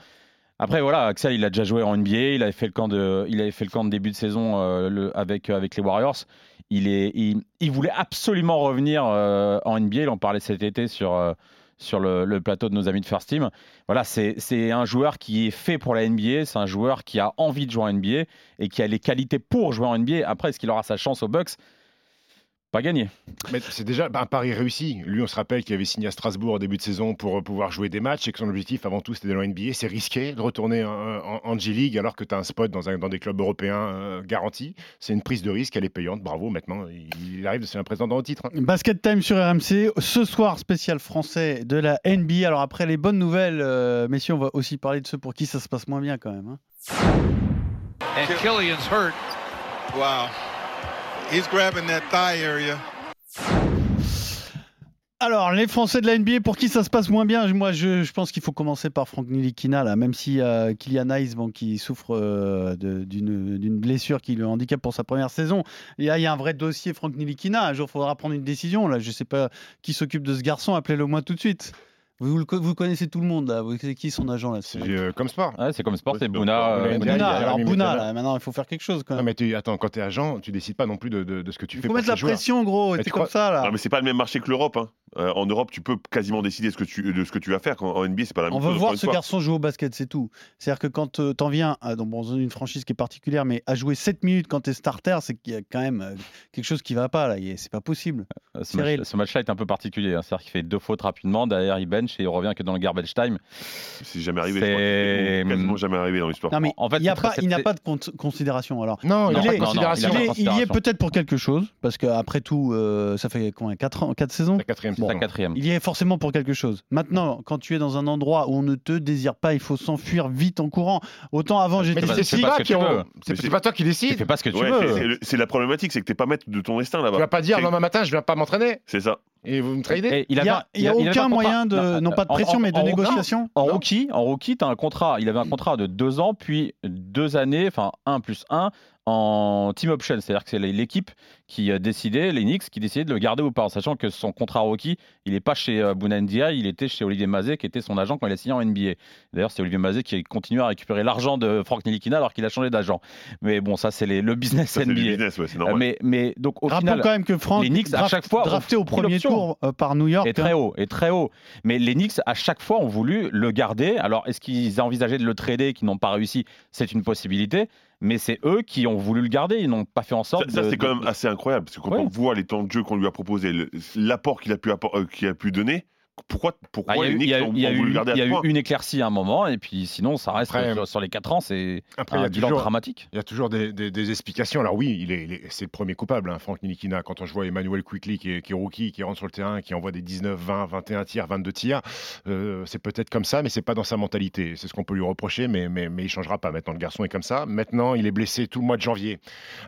[SPEAKER 1] Après, voilà, Axel, il a déjà joué en NBA, il avait fait le camp de, il avait fait le camp de début de saison euh, le- avec, euh, avec les Warriors. Il, est, il, il voulait absolument revenir euh, en NBA, il en parlait cet été sur, euh, sur le, le plateau de nos amis de First Team. Voilà, c'est c'est un joueur qui est fait pour la NBA, c'est un joueur qui a envie de jouer en NBA et qui a les qualités pour jouer en NBA. Après, est-ce qu'il aura sa chance aux Bucks Pas gagné.
[SPEAKER 7] Mais c'est déjà bah, un pari réussi. Lui, on se rappelle qu'il avait signé à Strasbourg au début de saison pour euh, pouvoir jouer des matchs et que son objectif avant tout c'était d'aller en NBA. C'est risqué de retourner en, en- en G-League alors que tu as un spot dans, un- dans des clubs européens euh, garantis. C'est une prise de risque, elle est payante. Bravo, maintenant, il, il arrive de se faire un président au titre. hein.
[SPEAKER 6] Basket Time sur RMC, ce soir spécial français de la NBA. Alors après les bonnes nouvelles, euh, messieurs, on va aussi parler de ceux pour qui ça se passe moins bien quand même. hein.
[SPEAKER 5] And Killian's hurt. Wow. He's grabbing that thigh area.
[SPEAKER 6] Alors, les Français de la NBA, pour qui ça se passe moins bien, je- moi je, je pense qu'il faut commencer par Franck Nilikina, là, même si euh, Kylian Hayes, bon, qui souffre euh, de- d'une d'une blessure qui le handicape pour sa première saison, il y a, il y a un vrai dossier Franck Nilikina, un jour il faudra prendre une décision, là, je ne sais pas qui s'occupe de ce garçon, appelez-le moi tout de suite. Vous, le co- vous connaissez tout le monde, là. Vous savez qui est son agent là
[SPEAKER 7] C'est euh, comme sport.
[SPEAKER 1] Ouais, c'est comme sport, c'est
[SPEAKER 7] Bouna,
[SPEAKER 1] Bouna. euh,
[SPEAKER 7] Bouna,
[SPEAKER 1] Bouna,
[SPEAKER 7] Bouna,
[SPEAKER 1] il y a-
[SPEAKER 6] alors
[SPEAKER 7] Jérémy
[SPEAKER 6] Bouna,
[SPEAKER 7] Metella.
[SPEAKER 6] là, maintenant il faut faire quelque chose quand
[SPEAKER 7] Non,
[SPEAKER 6] même.
[SPEAKER 7] mais tu- attends, quand t'es agent, tu décides pas non plus de, de- de ce que hein.
[SPEAKER 6] Ah.
[SPEAKER 7] tu
[SPEAKER 6] Il
[SPEAKER 7] fais.
[SPEAKER 6] faut
[SPEAKER 7] pour
[SPEAKER 6] mettre
[SPEAKER 7] tes
[SPEAKER 6] la
[SPEAKER 7] joueurs.
[SPEAKER 6] pression, gros,
[SPEAKER 7] Mais
[SPEAKER 6] c'est
[SPEAKER 7] tu
[SPEAKER 6] comme
[SPEAKER 7] crois-
[SPEAKER 6] ça là.
[SPEAKER 8] Ah, mais c'est pas le même marché que l'Europe. hein. Euh, en Europe, tu peux quasiment décider ce que tu, de ce que tu vas faire. Quand, en NBA, c'est pas la même
[SPEAKER 6] On
[SPEAKER 8] chose.
[SPEAKER 6] veut
[SPEAKER 8] encore
[SPEAKER 6] voir
[SPEAKER 8] une
[SPEAKER 6] ce
[SPEAKER 8] fois.
[SPEAKER 6] garçon jouer au basket, c'est tout. C'est-à-dire que quand euh, t'en viens à, dans bon, dans une franchise qui est particulière, mais à jouer 7 minutes quand t'es starter, c'est qu'il y a quand même euh, quelque chose qui va pas là. Et C'est pas possible.
[SPEAKER 1] Euh, Ce
[SPEAKER 6] Cyril.
[SPEAKER 1] match- ce match-là est un peu particulier. hein. C'est-à-dire qu'il fait deux fautes rapidement, derrière il bench et il revient que dans le garbage time.
[SPEAKER 8] C'est jamais arrivé.
[SPEAKER 1] C'est-
[SPEAKER 8] C'est quasiment jamais arrivé dans l'histoire.
[SPEAKER 6] Non mais
[SPEAKER 1] en fait,
[SPEAKER 6] il y a
[SPEAKER 1] c'est
[SPEAKER 6] pas,
[SPEAKER 1] très-
[SPEAKER 6] il n'a
[SPEAKER 1] c'est-
[SPEAKER 6] pas de cons- considération. Alors,
[SPEAKER 7] Non, il
[SPEAKER 6] Non,
[SPEAKER 7] n'y a pas
[SPEAKER 6] non,
[SPEAKER 7] de
[SPEAKER 6] non,
[SPEAKER 1] Il
[SPEAKER 6] il,
[SPEAKER 1] a
[SPEAKER 7] considération.
[SPEAKER 1] pas de
[SPEAKER 6] est, il y est
[SPEAKER 1] considération.
[SPEAKER 6] peut-être pour quelque chose parce qu'après tout, euh, ça fait combien 4 ans, 4 saisons.
[SPEAKER 7] La quatrième
[SPEAKER 1] C'est
[SPEAKER 7] saison.
[SPEAKER 1] la quatrième.
[SPEAKER 6] Il y est forcément pour quelque chose. Maintenant, quand tu es dans un endroit où on ne te désire pas, il faut s'enfuir vite en courant. Autant avant,
[SPEAKER 7] Mais
[SPEAKER 6] j'étais
[SPEAKER 1] pas-
[SPEAKER 7] c'est-
[SPEAKER 1] c'est
[SPEAKER 7] c'est
[SPEAKER 1] pas
[SPEAKER 7] pas
[SPEAKER 1] ce que
[SPEAKER 7] qui
[SPEAKER 1] tu
[SPEAKER 7] en-
[SPEAKER 1] veux.
[SPEAKER 8] Mais
[SPEAKER 7] c'est- c'est
[SPEAKER 8] c'est-
[SPEAKER 7] pas toi qui
[SPEAKER 1] Tu fais
[SPEAKER 7] décide.
[SPEAKER 1] pas ce que tu
[SPEAKER 8] Ouais, c'est- c'est
[SPEAKER 1] veux.
[SPEAKER 8] le- c'est la problématique, c'est que t'es pas maître de ton destin
[SPEAKER 7] Tu
[SPEAKER 8] là-bas.
[SPEAKER 7] vas pas dire
[SPEAKER 8] C'est-
[SPEAKER 7] demain matin, je viens pas m'entraîner
[SPEAKER 8] C'est ça.
[SPEAKER 7] et vous me tradez.
[SPEAKER 1] Et
[SPEAKER 6] Il n'y
[SPEAKER 1] avait un-
[SPEAKER 6] a, il y a
[SPEAKER 1] il avait
[SPEAKER 6] aucun
[SPEAKER 1] un
[SPEAKER 6] moyen
[SPEAKER 1] contrat-
[SPEAKER 6] de,
[SPEAKER 1] Non,
[SPEAKER 6] non pas de
[SPEAKER 1] en-
[SPEAKER 6] pression,
[SPEAKER 1] en-
[SPEAKER 6] mais de
[SPEAKER 1] en-
[SPEAKER 6] négociation.
[SPEAKER 1] En
[SPEAKER 6] Non.
[SPEAKER 1] rookie, en rookie, t'as un contrat. Il avait
[SPEAKER 8] Hmm.
[SPEAKER 1] un contrat de deux ans, puis deux années, enfin un plus un en team option. C'est-à-dire que c'est l'équipe qui euh, décidait, les Knicks, qui décidait de le garder ou pas, en sachant que son contrat rookie, il n'est pas chez euh, Bounandia, il était chez Olivier Mazet, qui était son agent quand il a signé en NBA. D'ailleurs, c'est Olivier Mazet qui continue à récupérer l'argent de Frank Nilikina alors qu'il a changé d'agent. Mais bon, ça, c'est les- le business
[SPEAKER 8] Ça, C'est
[SPEAKER 1] NBA.
[SPEAKER 8] du business, ouais, c'est normal.
[SPEAKER 1] Euh, mais, mais donc au
[SPEAKER 6] Rappelons
[SPEAKER 1] final,
[SPEAKER 6] quand même que Franck,
[SPEAKER 1] les Knicks, à
[SPEAKER 6] draft-
[SPEAKER 1] chaque fois, ont
[SPEAKER 6] drafté au
[SPEAKER 1] pris
[SPEAKER 6] premier
[SPEAKER 1] l'option.
[SPEAKER 6] tour euh, par New York,
[SPEAKER 1] Et très haut, et très haut. Mais les Knicks, à chaque fois, ont voulu le garder. Alors, est-ce qu'ils envisageaient de le trader et qu'ils n'ont pas réussi C'est une possibilité. Mais c'est eux qui ont voulu le garder. Ils n'ont pas fait en
[SPEAKER 8] Ça,
[SPEAKER 1] sorte.
[SPEAKER 8] ça,
[SPEAKER 1] de-
[SPEAKER 8] c'est quand même
[SPEAKER 1] de-
[SPEAKER 8] assez incroyable, parce que quand
[SPEAKER 1] Ouais.
[SPEAKER 8] on voit les temps de jeu qu'on lui a proposé, le- l'apport qu'il a, pu appor- euh, qu'il a pu donner, pourquoi,
[SPEAKER 1] Ah,
[SPEAKER 8] pourquoi
[SPEAKER 1] Il y a
[SPEAKER 8] les
[SPEAKER 1] eu- il
[SPEAKER 8] Knicks
[SPEAKER 1] y a eu-
[SPEAKER 8] ont,
[SPEAKER 1] il y a
[SPEAKER 8] ont voulu le
[SPEAKER 1] eu-
[SPEAKER 8] garder à
[SPEAKER 1] il y a
[SPEAKER 8] ce
[SPEAKER 1] eu
[SPEAKER 8] point
[SPEAKER 1] une éclaircie à un moment, et puis sinon, ça reste
[SPEAKER 7] Après-
[SPEAKER 1] sur, sur les 4 ans, c'est
[SPEAKER 7] Après, il y
[SPEAKER 1] un
[SPEAKER 7] a du
[SPEAKER 1] bilan
[SPEAKER 7] genre.
[SPEAKER 1] dramatique.
[SPEAKER 7] Il y a toujours des, des- des explications. Alors oui, il est, il est- c'est le premier coupable, hein, Franck Nilikina. Quand on voit Emmanuel Quickly, qui est, qui est rookie, qui rentre sur le terrain, qui envoie des 19, 20, 21 tirs, 22 tirs, euh, c'est peut-être comme ça, mais c'est pas dans sa mentalité. C'est ce qu'on peut lui reprocher, mais, mais, mais il changera pas. Maintenant, le garçon est comme ça. Maintenant, il est blessé tout le mois de janvier.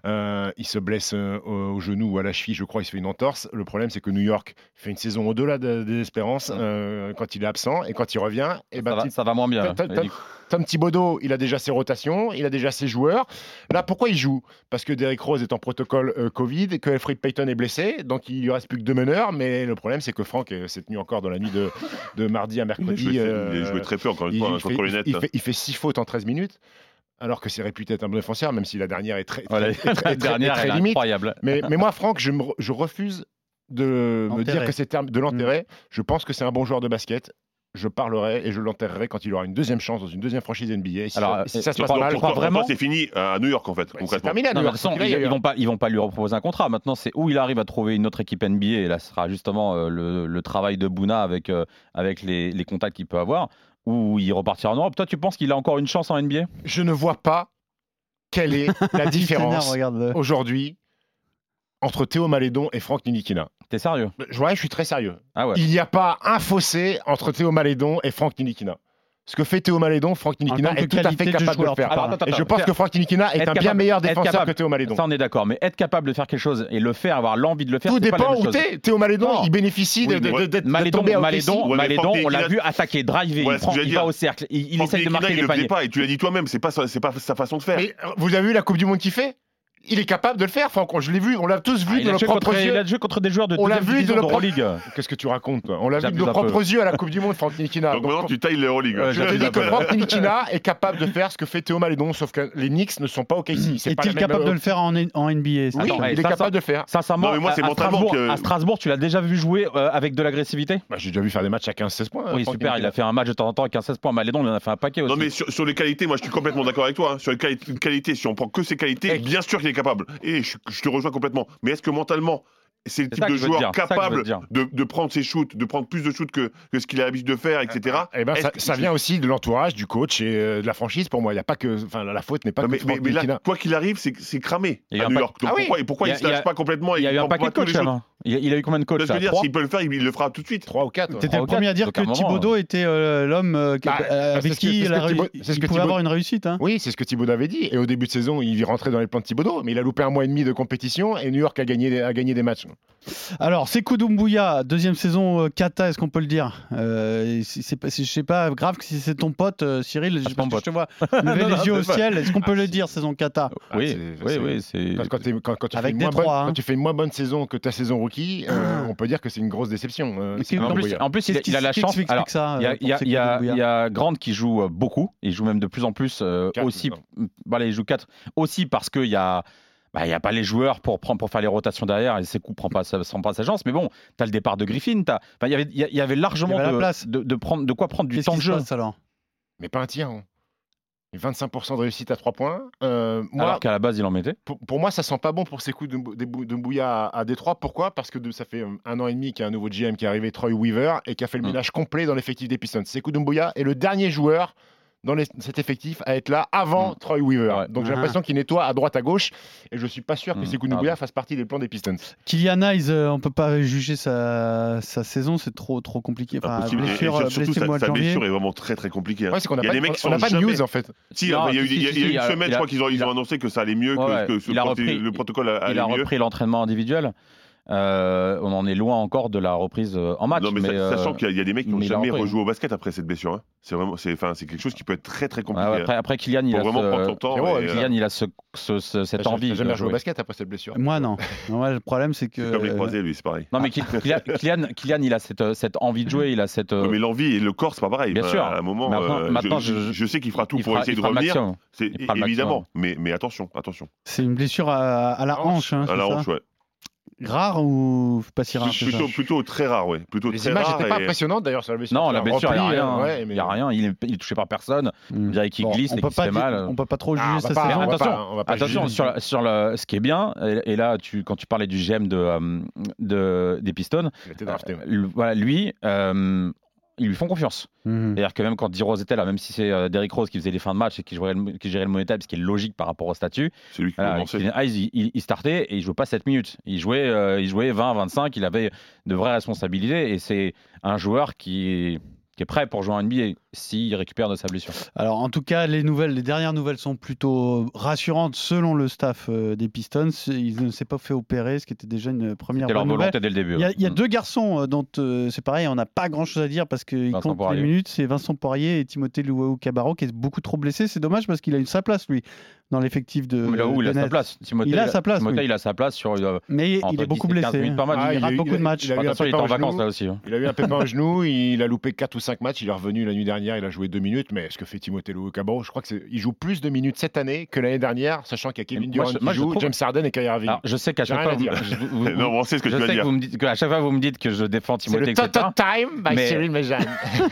[SPEAKER 7] Euh, il se blesse euh, au au genou ou à la cheville, je crois. Il se fait une entorse. Le problème, c'est que New York fait une saison au-delà de- des espérances euh, quand il est absent et quand il revient, et
[SPEAKER 1] Ça
[SPEAKER 7] ben,
[SPEAKER 1] va, ça va moins bien.
[SPEAKER 7] Tom-
[SPEAKER 1] Et
[SPEAKER 7] Tom-
[SPEAKER 1] du coup,
[SPEAKER 7] Tom Thibodeau, il a déjà ses rotations, il a déjà ses joueurs. Là, pourquoi il joue Parce que Derrick Rose est en protocole euh, Covid, que Alfred Payton est blessé, donc il lui reste plus que deux meneurs. Mais le problème, c'est que Franck euh, s'est tenu encore dans la nuit de, de mardi à
[SPEAKER 8] Il a
[SPEAKER 7] mercredi.
[SPEAKER 8] joué-
[SPEAKER 7] euh,
[SPEAKER 8] il a joué très peu, encore une
[SPEAKER 7] il-
[SPEAKER 8] fois,
[SPEAKER 7] il
[SPEAKER 8] hein,
[SPEAKER 7] fait-
[SPEAKER 8] contre les Nets.
[SPEAKER 7] il fait- il fait six fautes en 13 minutes, alors que c'est réputé être un bon défenseur, même si la dernière est très, très-
[SPEAKER 1] voilà,
[SPEAKER 7] est très- est très-
[SPEAKER 1] la
[SPEAKER 7] est très
[SPEAKER 1] dernière, elle est
[SPEAKER 7] limite.
[SPEAKER 1] incroyable.
[SPEAKER 7] Mais, mais moi, Franck, je, me re- je refuse de me
[SPEAKER 6] Enterrer.
[SPEAKER 7] dire que c'est terme- de l'enterrer.
[SPEAKER 1] Mm.
[SPEAKER 7] Je pense que c'est un bon joueur de basket. Je parlerai et je l'enterrerai quand il aura une deuxième chance dans une deuxième franchise NBA. Et Si,
[SPEAKER 1] Alors,
[SPEAKER 7] ça, et si ça
[SPEAKER 1] euh,
[SPEAKER 7] se
[SPEAKER 1] tu
[SPEAKER 7] passe
[SPEAKER 1] parles-
[SPEAKER 7] mal,
[SPEAKER 1] tu
[SPEAKER 7] je
[SPEAKER 1] crois
[SPEAKER 7] crois-
[SPEAKER 8] Pour-
[SPEAKER 1] vraiment
[SPEAKER 8] pour moi, C'est fini euh, à New York, en fait,
[SPEAKER 7] c'est
[SPEAKER 8] concrètement.
[SPEAKER 7] terminé. à
[SPEAKER 1] Non,
[SPEAKER 7] New
[SPEAKER 1] mais de
[SPEAKER 7] York.
[SPEAKER 1] toute façon,
[SPEAKER 7] Il va
[SPEAKER 1] ils,
[SPEAKER 7] y
[SPEAKER 1] ils
[SPEAKER 7] avoir-
[SPEAKER 1] vont pas, ils vont pas lui reproposer un contrat. Maintenant, c'est où il arrive à trouver une autre équipe NBA. Et là, ce sera justement euh, le, le travail de Bouna avec, euh, avec les, les contacts qu'il peut avoir, ou il repartira en Europe. Toi, tu penses qu'il a encore une chance en NBA
[SPEAKER 7] Je ne vois pas quelle est la
[SPEAKER 6] Petit
[SPEAKER 7] différence
[SPEAKER 6] connard, regarde. euh, le-
[SPEAKER 7] aujourd'hui entre Théo Malédon et Franck Nilikina.
[SPEAKER 1] T'es sérieux
[SPEAKER 7] Je, ouais, je suis très sérieux.
[SPEAKER 1] Ah ouais.
[SPEAKER 7] Il n'y a pas un fossé entre Théo Malédon et Franck Nilikina. Ce que fait Théo Malédon, Franck Nilikina
[SPEAKER 6] tant
[SPEAKER 7] est
[SPEAKER 6] que
[SPEAKER 7] tout à
[SPEAKER 6] qualité
[SPEAKER 7] fait
[SPEAKER 6] de
[SPEAKER 7] capable de le
[SPEAKER 6] joueur,
[SPEAKER 7] faire.
[SPEAKER 6] tu parles.
[SPEAKER 1] Attends, attends,
[SPEAKER 7] et je
[SPEAKER 1] attends.
[SPEAKER 7] pense que Franck Nilikina est
[SPEAKER 1] Être
[SPEAKER 7] un bien
[SPEAKER 1] capable-
[SPEAKER 7] meilleur
[SPEAKER 1] être
[SPEAKER 7] défenseur
[SPEAKER 1] capable.
[SPEAKER 7] que Théo Malédon.
[SPEAKER 1] Ça, on est d'accord. Mais être capable de faire quelque chose et le faire, avoir l'envie de le faire,
[SPEAKER 7] Tout
[SPEAKER 1] c'est pas la
[SPEAKER 7] dépend
[SPEAKER 1] même
[SPEAKER 7] où
[SPEAKER 1] chose.
[SPEAKER 7] t'es. Théo Malédon,
[SPEAKER 1] Non.
[SPEAKER 7] il bénéficie de-
[SPEAKER 8] Oui,
[SPEAKER 7] de-
[SPEAKER 8] mais-
[SPEAKER 7] de- d'être
[SPEAKER 1] Malédon,
[SPEAKER 7] tombé à OKC.
[SPEAKER 1] Malédon,
[SPEAKER 8] Ouais, mais
[SPEAKER 1] Malédon,
[SPEAKER 8] Franck
[SPEAKER 1] on l'a
[SPEAKER 8] Nilikina-
[SPEAKER 1] vu attaquer, driver,
[SPEAKER 8] Voilà
[SPEAKER 1] il,
[SPEAKER 8] ce que
[SPEAKER 1] prend-
[SPEAKER 8] j'allais
[SPEAKER 1] il va
[SPEAKER 8] dire.
[SPEAKER 1] au cercle, il, il
[SPEAKER 8] Franck
[SPEAKER 1] essaye de
[SPEAKER 8] Nilikina,
[SPEAKER 1] marquer
[SPEAKER 8] il
[SPEAKER 1] les
[SPEAKER 8] le faisait
[SPEAKER 1] paniers.
[SPEAKER 7] euh,
[SPEAKER 8] pas, et tu l'as dit toi-même, c'est pas, c'est pas sa façon de faire.
[SPEAKER 7] Mais vous avez vu la Coupe du Monde qu'il fait il est capable de le faire. Enfin, quand je l'ai vu, on l'a tous vu
[SPEAKER 1] Ah,
[SPEAKER 7] de
[SPEAKER 1] il, a
[SPEAKER 7] nos
[SPEAKER 1] joué contre,
[SPEAKER 7] propres
[SPEAKER 1] il
[SPEAKER 7] yeux.
[SPEAKER 1] a joué contre des joueurs de
[SPEAKER 7] On l'a
[SPEAKER 1] deuxième
[SPEAKER 7] vu
[SPEAKER 1] division
[SPEAKER 7] de nos propres-
[SPEAKER 1] Ligue.
[SPEAKER 7] Qu'est-ce que tu racontes toi On l'a vu de
[SPEAKER 1] J'abuse
[SPEAKER 7] nos
[SPEAKER 1] un peu.
[SPEAKER 7] propres yeux à la Coupe du Monde, Franck
[SPEAKER 1] ah,
[SPEAKER 7] Nikina.
[SPEAKER 8] Donc maintenant, tu tailles les Euroleague.
[SPEAKER 1] euh,
[SPEAKER 7] Je te dis que Franck Nikina est capable de faire ce que fait Théo Malédon, sauf que les Knicks ne sont pas au KC. C'est pas la
[SPEAKER 6] Est-il
[SPEAKER 7] même-
[SPEAKER 6] capable de le faire en, N- en NBA
[SPEAKER 7] Oui,
[SPEAKER 1] euh, Attends, eh,
[SPEAKER 7] il est
[SPEAKER 1] ça, ça-
[SPEAKER 7] capable de le faire.
[SPEAKER 1] Sincèrement,
[SPEAKER 8] Non, mais moi,
[SPEAKER 1] à-
[SPEAKER 8] c'est
[SPEAKER 1] à,
[SPEAKER 8] mentalement
[SPEAKER 1] Strasbourg,
[SPEAKER 8] que-
[SPEAKER 1] à Strasbourg, tu l'as déjà vu jouer euh, avec de l'agressivité
[SPEAKER 7] Bah, J'ai déjà vu faire des matchs à 15-16 points. hein,
[SPEAKER 1] Oui,
[SPEAKER 7] Franck
[SPEAKER 1] super, il
[SPEAKER 7] Nikina.
[SPEAKER 1] a fait un match de temps en temps avec un 16 points. Malédon, il en a fait un paquet aussi.
[SPEAKER 8] Non mais sur, sur les qualités, moi je suis complètement d'accord avec toi. hein. Sur les quali- qualités, si on prend que ses qualités, bien sûr qu'il est capable. Et je, je te rejoins complètement. Mais est-ce que mentalement, c'est le
[SPEAKER 1] C'est
[SPEAKER 8] type
[SPEAKER 1] ça que
[SPEAKER 8] de
[SPEAKER 1] je veux te
[SPEAKER 8] joueur
[SPEAKER 1] dire, ça que je veux
[SPEAKER 8] capable
[SPEAKER 1] te dire.
[SPEAKER 8] de, de prendre ses shoots, de prendre plus de shoots que, que ce qu'il a l'habitude de faire, etc.
[SPEAKER 1] Ah,
[SPEAKER 7] Eh ben,
[SPEAKER 8] Est-ce
[SPEAKER 7] ça,
[SPEAKER 8] que-
[SPEAKER 7] ça vient aussi de l'entourage, du coach et euh, de la franchise. Pour moi, il y a pas que, enfin, la la faute n'est pas
[SPEAKER 8] Non,
[SPEAKER 7] que
[SPEAKER 8] mais,
[SPEAKER 7] Franck
[SPEAKER 8] mais- mais là,
[SPEAKER 7] Nikina.
[SPEAKER 8] quoi qu'il arrive, c'est c'est cramé
[SPEAKER 1] Il y a
[SPEAKER 8] à
[SPEAKER 1] un
[SPEAKER 8] New
[SPEAKER 1] pack-
[SPEAKER 8] York. Donc
[SPEAKER 7] Ah oui.
[SPEAKER 8] pourquoi, et pourquoi
[SPEAKER 1] Il
[SPEAKER 8] il,
[SPEAKER 1] y a-
[SPEAKER 8] se lâche pas complètement et
[SPEAKER 1] Il y a eu un
[SPEAKER 8] prend
[SPEAKER 1] paquet de
[SPEAKER 8] pas tous les
[SPEAKER 1] coachs.
[SPEAKER 8] shoots
[SPEAKER 1] avant. Il y a- il a eu combien de
[SPEAKER 8] Tu vois
[SPEAKER 1] coachs
[SPEAKER 8] ce que
[SPEAKER 1] là
[SPEAKER 8] je veux
[SPEAKER 1] hein.
[SPEAKER 8] dire,
[SPEAKER 1] Trois
[SPEAKER 8] s'il peut le faire, il, il le fera tout de suite.
[SPEAKER 7] 3 ou 4.
[SPEAKER 6] T'étais le
[SPEAKER 1] Trois ou
[SPEAKER 6] premier à
[SPEAKER 1] quatre,
[SPEAKER 6] dire
[SPEAKER 1] donc
[SPEAKER 6] que
[SPEAKER 1] à un moment,
[SPEAKER 6] Thibodeau était euh, l'homme euh, que-
[SPEAKER 7] Bah,
[SPEAKER 6] euh,
[SPEAKER 7] c'est
[SPEAKER 6] avec
[SPEAKER 7] ce que-
[SPEAKER 6] qui
[SPEAKER 7] c'est ce
[SPEAKER 6] il, a
[SPEAKER 7] que
[SPEAKER 6] réu-
[SPEAKER 7] Thibaud-
[SPEAKER 6] il
[SPEAKER 7] c'est ce que
[SPEAKER 6] pouvait
[SPEAKER 7] Thibaud-
[SPEAKER 6] avoir une réussite. hein.
[SPEAKER 7] Oui, c'est ce que Thibaud avait dit. Et au début de saison, il rentrait dans les plans de Thibaudot, mais il a loupé un mois et demi de compétition et New York a gagné des, a gagné des matchs.
[SPEAKER 6] Alors, Sekou Doumbouya, deuxième saison euh, Kata, est-ce qu'on peut le dire Euh, et si c'est pas- si- Je sais pas, grave que si c'est ton pote, euh, Cyril, je,
[SPEAKER 1] Ah, c'est
[SPEAKER 6] parce
[SPEAKER 1] mon
[SPEAKER 6] que
[SPEAKER 1] pote.
[SPEAKER 6] je te vois lever
[SPEAKER 1] Non, non,
[SPEAKER 6] les yeux au
[SPEAKER 1] c'est pas-
[SPEAKER 6] ciel, est-ce qu'on peut
[SPEAKER 7] Ah,
[SPEAKER 6] le
[SPEAKER 7] si.
[SPEAKER 6] dire, saison Kata
[SPEAKER 1] Oui,
[SPEAKER 7] Ah,
[SPEAKER 1] oui,
[SPEAKER 7] c'est-
[SPEAKER 1] oui, c'est.
[SPEAKER 7] Quand, quand t'es- quand- quand tu
[SPEAKER 6] Avec
[SPEAKER 7] fais une moins
[SPEAKER 6] Détroit,
[SPEAKER 7] bonne,
[SPEAKER 6] hein.
[SPEAKER 7] quand tu fais une moins bonne saison que ta saison rookie,
[SPEAKER 8] Ah.
[SPEAKER 7] euh, on peut dire que c'est une grosse déception. euh,
[SPEAKER 6] Mais
[SPEAKER 7] c'est
[SPEAKER 6] qu'en
[SPEAKER 1] En
[SPEAKER 7] Thibaut
[SPEAKER 1] plus,
[SPEAKER 7] Boyer.
[SPEAKER 1] en plus, il, a-
[SPEAKER 6] Qu'est-ce
[SPEAKER 1] il a
[SPEAKER 6] qui-
[SPEAKER 1] la
[SPEAKER 6] qu'est-ce qui
[SPEAKER 1] chance.
[SPEAKER 6] explique
[SPEAKER 1] Alors,
[SPEAKER 6] ça, euh,
[SPEAKER 1] il y a, il y a-
[SPEAKER 6] pour
[SPEAKER 1] il y a-
[SPEAKER 6] Sekou Doumbouya
[SPEAKER 1] il y a Grande qui joue euh, beaucoup. Il joue même de plus en plus euh,
[SPEAKER 7] Quatre,
[SPEAKER 1] aussi.
[SPEAKER 7] maintenant.
[SPEAKER 1] Bah, là, il joue 4 aussi parce qu'il y a. Bah, il n'y a pas les joueurs pour, prendre, pour faire les rotations derrière et Sekou prend pas, sa- prend pas sa chance. Mais bon, tu as le départ de Griffin. t'as- enfin, Il y avait- il y, a- il y avait largement
[SPEAKER 6] Il y avait la
[SPEAKER 1] de,
[SPEAKER 6] place.
[SPEAKER 1] De, de prendre, de quoi prendre du
[SPEAKER 6] Qu'est-ce
[SPEAKER 1] temps
[SPEAKER 6] qui
[SPEAKER 1] de
[SPEAKER 6] se
[SPEAKER 1] jeu.
[SPEAKER 6] passe alors
[SPEAKER 7] Mais pas un tir. hein. 25% de réussite à 3 points. Euh, moi,
[SPEAKER 1] Alors qu'à la base, il en mettait.
[SPEAKER 7] pour, pour moi, ça sent pas bon pour ces coups de, Mbou- des Bou- de Mbouya à, à Détroit. Pourquoi Parce que de- ça fait euh, un an et demi qu'il y a un nouveau GM qui est arrivé, Troy Weaver, et qui a fait le
[SPEAKER 1] Mm.
[SPEAKER 7] ménage complet dans l'effectif des Pistons. Sekou Doumbouya est le dernier joueur dans les- cet effectif à être là avant
[SPEAKER 1] Mm.
[SPEAKER 7] Troy Weaver.
[SPEAKER 1] Ouais.
[SPEAKER 7] Donc j'ai
[SPEAKER 6] Ah.
[SPEAKER 7] l'impression qu'il nettoie à droite à gauche, et je suis pas sûr
[SPEAKER 1] Mm.
[SPEAKER 7] que Sekou
[SPEAKER 1] Ah,
[SPEAKER 7] Doumbouya
[SPEAKER 1] bon.
[SPEAKER 7] fasse partie des plans des Pistons.
[SPEAKER 6] Kylian Hayes, euh, on peut pas juger sa, sa saison, c'est trop trop compliqué. Enfin,
[SPEAKER 8] Impossible. Et- et
[SPEAKER 6] blessure,
[SPEAKER 8] sur-
[SPEAKER 6] euh,
[SPEAKER 8] surtout,
[SPEAKER 6] blessé
[SPEAKER 8] sa,
[SPEAKER 6] mois de
[SPEAKER 8] sa
[SPEAKER 6] janvier.
[SPEAKER 8] blessure est vraiment très très compliquée. hein.
[SPEAKER 7] Ouais, c'est qu'on n'a
[SPEAKER 8] Il y a
[SPEAKER 7] pas,
[SPEAKER 8] des
[SPEAKER 7] de-
[SPEAKER 8] mecs qui
[SPEAKER 7] on
[SPEAKER 8] sont
[SPEAKER 7] n'a pas de
[SPEAKER 8] jamais-
[SPEAKER 7] news en fait.
[SPEAKER 8] Si,
[SPEAKER 1] Non,
[SPEAKER 8] enfin, il y a eu,
[SPEAKER 1] si,
[SPEAKER 8] il y a-
[SPEAKER 1] si,
[SPEAKER 8] il y a eu
[SPEAKER 1] si, il
[SPEAKER 8] une
[SPEAKER 1] a-
[SPEAKER 8] semaine,
[SPEAKER 1] il
[SPEAKER 8] je
[SPEAKER 1] a-
[SPEAKER 8] crois qu'ils ont, ils
[SPEAKER 1] il a-
[SPEAKER 8] ont annoncé que ça allait mieux, que-
[SPEAKER 1] Ouais,
[SPEAKER 8] que, ce-
[SPEAKER 1] il a
[SPEAKER 8] quand
[SPEAKER 1] repris-
[SPEAKER 8] le protocole a-
[SPEAKER 1] Il
[SPEAKER 8] allait
[SPEAKER 1] a
[SPEAKER 8] mieux.
[SPEAKER 1] repris l'entraînement individuel. Euh, on en est loin encore de la reprise euh, en match.
[SPEAKER 8] non, mais,
[SPEAKER 1] mais,
[SPEAKER 8] sa-
[SPEAKER 1] euh,
[SPEAKER 8] sachant qu'il y a- il y, a des mecs qui n'ont
[SPEAKER 1] mais il a
[SPEAKER 8] jamais
[SPEAKER 1] repris.
[SPEAKER 8] rejoué au basket après cette blessure. hein. C'est vraiment, c'est, enfin, c'est quelque chose qui peut être très très
[SPEAKER 1] ouais,
[SPEAKER 8] compliqué.
[SPEAKER 1] après, après, Kylian, il
[SPEAKER 8] Faut
[SPEAKER 1] a,
[SPEAKER 8] vraiment
[SPEAKER 1] ce-
[SPEAKER 8] prendre son temps.
[SPEAKER 7] Frérot,
[SPEAKER 8] et,
[SPEAKER 7] avec
[SPEAKER 8] euh,
[SPEAKER 1] Kylian, il a ce- ce- ce- cette
[SPEAKER 7] T'as- t'as
[SPEAKER 1] envie de
[SPEAKER 7] jamais joué au
[SPEAKER 1] jouer.
[SPEAKER 7] basket après cette blessure.
[SPEAKER 6] Moi non. Moi, le problème c'est que.
[SPEAKER 8] c'est comme les
[SPEAKER 6] euh,
[SPEAKER 8] croisés, lui, c'est pareil.
[SPEAKER 1] Non, mais Ky- Kylian, Kylian- Kylian, il a cette, euh, cette envie de jouer, il a cette. euh,
[SPEAKER 8] Ouais, mais l'envie et le corps, c'est pas pareil.
[SPEAKER 1] Bien
[SPEAKER 8] Enfin,
[SPEAKER 1] sûr.
[SPEAKER 8] À un moment,
[SPEAKER 1] Mais maintenant-
[SPEAKER 8] euh,
[SPEAKER 1] maintenant,
[SPEAKER 8] je,
[SPEAKER 1] je-
[SPEAKER 8] je sais qu'il fera tout
[SPEAKER 1] il
[SPEAKER 8] pour
[SPEAKER 1] fera-
[SPEAKER 8] essayer
[SPEAKER 1] il
[SPEAKER 8] de
[SPEAKER 1] fera le
[SPEAKER 8] revenir.
[SPEAKER 1] maximum.
[SPEAKER 8] C'est
[SPEAKER 1] Il fera le
[SPEAKER 8] évidemment, mais, mais attention, attention.
[SPEAKER 6] C'est une blessure à, à la hanche, hein,
[SPEAKER 8] À
[SPEAKER 6] c'est
[SPEAKER 8] la
[SPEAKER 6] ça
[SPEAKER 8] hanche, ouais.
[SPEAKER 6] Rare ou pas si rare que ça
[SPEAKER 8] Plutôt, plutôt très rare, ouais. Plutôt
[SPEAKER 7] Les
[SPEAKER 8] très
[SPEAKER 7] images
[SPEAKER 8] rare
[SPEAKER 7] n'étaient pas
[SPEAKER 8] et-
[SPEAKER 7] impressionnantes d'ailleurs sur la blessure.
[SPEAKER 1] Non,
[SPEAKER 7] Ça
[SPEAKER 1] la
[SPEAKER 7] a
[SPEAKER 1] blessure, il n'y a
[SPEAKER 7] rempli,
[SPEAKER 1] rien.
[SPEAKER 7] euh, ouais,
[SPEAKER 1] il
[SPEAKER 7] mais-
[SPEAKER 1] n'y a rien, il est, il est touché par personne.
[SPEAKER 6] Mm.
[SPEAKER 1] On dirait qu'il
[SPEAKER 7] Bon,
[SPEAKER 1] glisse
[SPEAKER 6] on
[SPEAKER 1] et
[SPEAKER 6] peut
[SPEAKER 1] qu'il se
[SPEAKER 6] pas
[SPEAKER 1] fait
[SPEAKER 6] dire-
[SPEAKER 1] mal.
[SPEAKER 6] on peut pas trop juger
[SPEAKER 7] Ah, on va
[SPEAKER 6] sa
[SPEAKER 7] pas-
[SPEAKER 6] saison.
[SPEAKER 7] on va pas-
[SPEAKER 1] Attention,
[SPEAKER 7] on va pas
[SPEAKER 1] Attention,
[SPEAKER 7] juger.
[SPEAKER 1] sur, la- sur le, ce qui est bien, et, et là, tu, quand tu parlais du GM de, euh, de, des Pistons,
[SPEAKER 7] Il a été drafté, ouais.
[SPEAKER 1] euh, le- voilà, lui, euh, ils lui font confiance.
[SPEAKER 6] Mhm.
[SPEAKER 1] C'est-à-dire que même quand D-Rose était là, même si c'est euh, Derrick Rose qui faisait les fins de match et qui, jouerait le- qui gérait le money time, ce qui est logique par rapport au statut,
[SPEAKER 8] C'est lui qui
[SPEAKER 1] voilà,
[SPEAKER 8] commençait.
[SPEAKER 1] Kylian Hayes, il, il- il startait et il jouait pas 7 minutes. Il jouait, euh, il jouait 20, 25, il avait de vraies responsabilités et c'est un joueur qui est, qui est prêt pour jouer en NBA s'il récupère de sa blessure.
[SPEAKER 6] Alors en tout cas, les nouvelles, les dernières nouvelles sont plutôt rassurantes selon le staff euh, des Pistons. Ils ne s'est pas fait opérer, ce qui était déjà une première
[SPEAKER 1] C'était leur
[SPEAKER 6] bonne nouvelle.
[SPEAKER 1] volonté dès le début.
[SPEAKER 6] Il y a,
[SPEAKER 1] ouais.
[SPEAKER 6] il y a
[SPEAKER 1] Mm.
[SPEAKER 6] deux garçons euh, dont euh, c'est pareil, on n'a pas grand chose à dire parce qu'ils
[SPEAKER 1] Vincent
[SPEAKER 6] comptent
[SPEAKER 1] Poirier.
[SPEAKER 6] les minutes. C'est Vincent Poirier et Timothée Luau Cabarro qui est beaucoup trop blessé. C'est dommage parce qu'il a eu sa place lui dans l'effectif de.
[SPEAKER 1] Mm. Mais là où il a
[SPEAKER 6] des
[SPEAKER 1] sa
[SPEAKER 6] Nets.
[SPEAKER 1] place. Timothée,
[SPEAKER 6] Il a sa place,
[SPEAKER 1] Timothée,
[SPEAKER 6] oui.
[SPEAKER 1] il a sa place sur. euh,
[SPEAKER 6] Mais
[SPEAKER 1] entre
[SPEAKER 6] il est
[SPEAKER 1] 10
[SPEAKER 6] beaucoup
[SPEAKER 1] et 15
[SPEAKER 6] blessé.
[SPEAKER 1] minutes par match.
[SPEAKER 6] Ah, il
[SPEAKER 7] a
[SPEAKER 6] rate
[SPEAKER 7] eu-
[SPEAKER 6] beaucoup de matchs.
[SPEAKER 7] il a eu un
[SPEAKER 1] Attention, il est
[SPEAKER 7] pépin
[SPEAKER 1] en
[SPEAKER 7] au
[SPEAKER 1] vacances
[SPEAKER 7] genou.
[SPEAKER 1] là aussi. hein.
[SPEAKER 7] Il a eu un pépin au genou, il a loupé 4 ou 5 matchs, il est revenu la nuit dernière, il a joué 2 minutes, mais ce que fait Timothée Lou Cabarro, je crois qu'il joue plus de minutes cette année que l'année dernière, sachant qu'il y a Kevin
[SPEAKER 1] Et moi,
[SPEAKER 7] Durant
[SPEAKER 1] je-
[SPEAKER 7] qui
[SPEAKER 1] moi, je
[SPEAKER 7] joue,
[SPEAKER 1] trouve-
[SPEAKER 7] James Harden et Kyrie Irving.
[SPEAKER 1] Alors, je sais qu'à
[SPEAKER 7] J'ai
[SPEAKER 1] chaque
[SPEAKER 7] rien
[SPEAKER 1] fois,
[SPEAKER 7] à
[SPEAKER 1] vous,
[SPEAKER 7] dire.
[SPEAKER 1] je- vous- vous-
[SPEAKER 8] Non, bon, on sait ce que
[SPEAKER 1] je
[SPEAKER 8] tu vas
[SPEAKER 1] sais que
[SPEAKER 8] dire.
[SPEAKER 1] vous me dites qu'à chaque fois vous me dites que je défends
[SPEAKER 7] C'est
[SPEAKER 1] Timothée,
[SPEAKER 7] le
[SPEAKER 1] etc.
[SPEAKER 7] Toto Time by
[SPEAKER 1] Mais-
[SPEAKER 7] Cyril Mejan.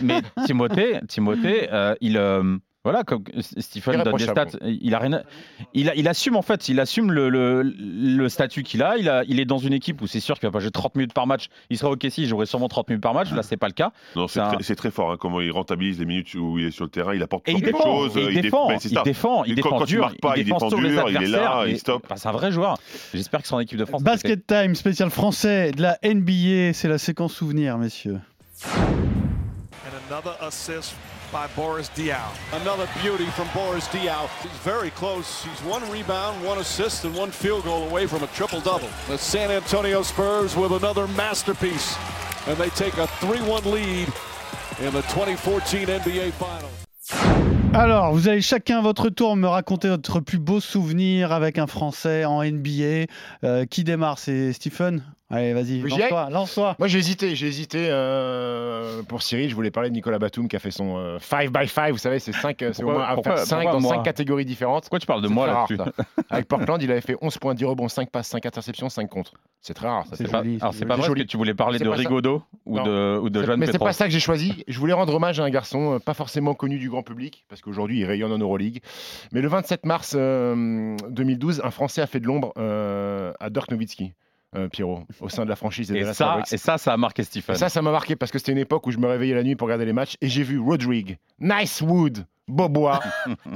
[SPEAKER 1] mais Timothée, Timothée, euh, il euh, voilà, comme Stephen donne des stats,
[SPEAKER 7] Irréprochable.
[SPEAKER 1] il a rien, à- il, a- il assume en fait, il assume le, le, le statut qu'il a. Il a, il est dans une équipe où c'est sûr qu'il va pas jouer 30 minutes par match. Il serait ok si il jouerait sûrement 30 minutes par match. Là, c'est pas le cas.
[SPEAKER 8] Non, c'est
[SPEAKER 1] C'est un-
[SPEAKER 8] très, c'est très fort, hein, comment il rentabilise les minutes où il est sur le terrain, il apporte
[SPEAKER 1] Et il
[SPEAKER 8] quelque
[SPEAKER 1] défend,
[SPEAKER 8] chose.
[SPEAKER 1] et
[SPEAKER 8] euh,
[SPEAKER 1] il,
[SPEAKER 8] dé-
[SPEAKER 1] défend,
[SPEAKER 8] ben, c'est
[SPEAKER 1] il
[SPEAKER 8] ça.
[SPEAKER 1] défend, il
[SPEAKER 8] Et quand-
[SPEAKER 1] défend
[SPEAKER 8] quand tu
[SPEAKER 1] dur,
[SPEAKER 8] marques pas, il
[SPEAKER 1] défend
[SPEAKER 8] défend
[SPEAKER 1] sur les
[SPEAKER 8] dur, il est là,
[SPEAKER 1] adversaires,
[SPEAKER 8] il
[SPEAKER 1] et-
[SPEAKER 8] stoppe.
[SPEAKER 1] enfin, c'est un vrai joueur. J'espère que son équipe de France.
[SPEAKER 6] Basket Time spécial français de la NBA, c'est la séquence souvenir, messieurs.
[SPEAKER 2] And another assist by Boris Diaw.
[SPEAKER 10] Another beauty from Boris Diaw. He's very close. He's one rebound, one assist, and one field goal away from a triple double. The San Antonio Spurs with another masterpiece, and they take a 3 1 lead in the 2014 NBA Finals.
[SPEAKER 6] Alors, vous allez chacun à votre tour me raconter votre plus beau souvenir avec un Français en NBA. Euh, qui démarre C'est Stephen Allez, vas-y,
[SPEAKER 7] Oui, j'y
[SPEAKER 6] lance-toi.
[SPEAKER 7] aille.
[SPEAKER 6] lance-toi.
[SPEAKER 7] Moi, j'ai hésité, j'ai hésité. euh, pour Cyril, je voulais parler de Nicolas Batum qui a fait son euh, 5x5, vous savez, c'est 5, c'est au
[SPEAKER 1] Pourquoi-
[SPEAKER 7] moins à
[SPEAKER 1] pourquoi-
[SPEAKER 7] faire cinq
[SPEAKER 1] pourquoi
[SPEAKER 7] dans
[SPEAKER 1] moi
[SPEAKER 7] 5 catégories différentes.
[SPEAKER 1] Pourquoi tu parles de
[SPEAKER 7] C'est
[SPEAKER 1] moi
[SPEAKER 7] très rare,
[SPEAKER 1] là-dessus
[SPEAKER 7] ça. Avec Portland, il avait fait 11 points, 10 rebonds, 5 passes, 5 interceptions, 5 contre. C'est très rare. ça,
[SPEAKER 1] C'est
[SPEAKER 7] fait-
[SPEAKER 1] pas, alors, c'est pas
[SPEAKER 7] C'est
[SPEAKER 1] vrai
[SPEAKER 7] joli.
[SPEAKER 1] que tu voulais parler
[SPEAKER 7] C'est
[SPEAKER 1] de
[SPEAKER 7] pas ça.
[SPEAKER 1] Rigaudot ou
[SPEAKER 7] Non.
[SPEAKER 1] de, ou de
[SPEAKER 7] C'est-
[SPEAKER 1] Johan
[SPEAKER 7] Euh, Mais c'est
[SPEAKER 1] Petros.
[SPEAKER 7] pas ça que j'ai choisi. Je voulais rendre hommage à un garçon euh, pas forcément connu du grand public, parce qu'aujourd'hui il rayonne en Euroleague. Mais le 27 mars euh, 2012, un Français a fait de l'ombre euh, à Dirk Nowitzki, euh, Pierrot, au sein de la franchise des
[SPEAKER 1] Et
[SPEAKER 7] Dallas
[SPEAKER 1] ça,
[SPEAKER 7] Mavericks.
[SPEAKER 1] et ça, ça a marqué
[SPEAKER 7] Et
[SPEAKER 1] Stephen.
[SPEAKER 7] ça, ça m'a marqué parce que c'était une époque où je me réveillais la nuit pour regarder les matchs et j'ai vu Rodrigue, Nice Wood, Bobois,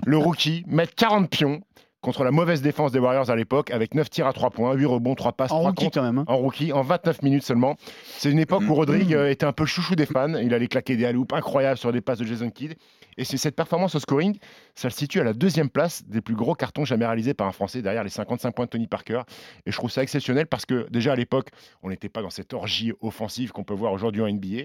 [SPEAKER 7] le rookie, mettre 40 pions contre la mauvaise défense des Warriors à l'époque avec 9 tirs à 3 points, 8 rebonds, 3 passes,
[SPEAKER 6] En
[SPEAKER 7] 3
[SPEAKER 6] rookie
[SPEAKER 7] contre,
[SPEAKER 6] quand même. hein.
[SPEAKER 7] en rookie, en 29 minutes seulement. C'est une époque où Rodrigue euh, était un peu chouchou des fans. Il allait claquer des alloupes incroyables sur des passes de Jason Kidd. Et c'est cette performance au scoring, ça le situe à la deuxième place des plus gros cartons jamais réalisés par un Français, derrière les 55 points de Tony Parker. Et je trouve ça exceptionnel parce que déjà à l'époque, on n'était pas dans cette orgie offensive qu'on peut voir aujourd'hui en NBA.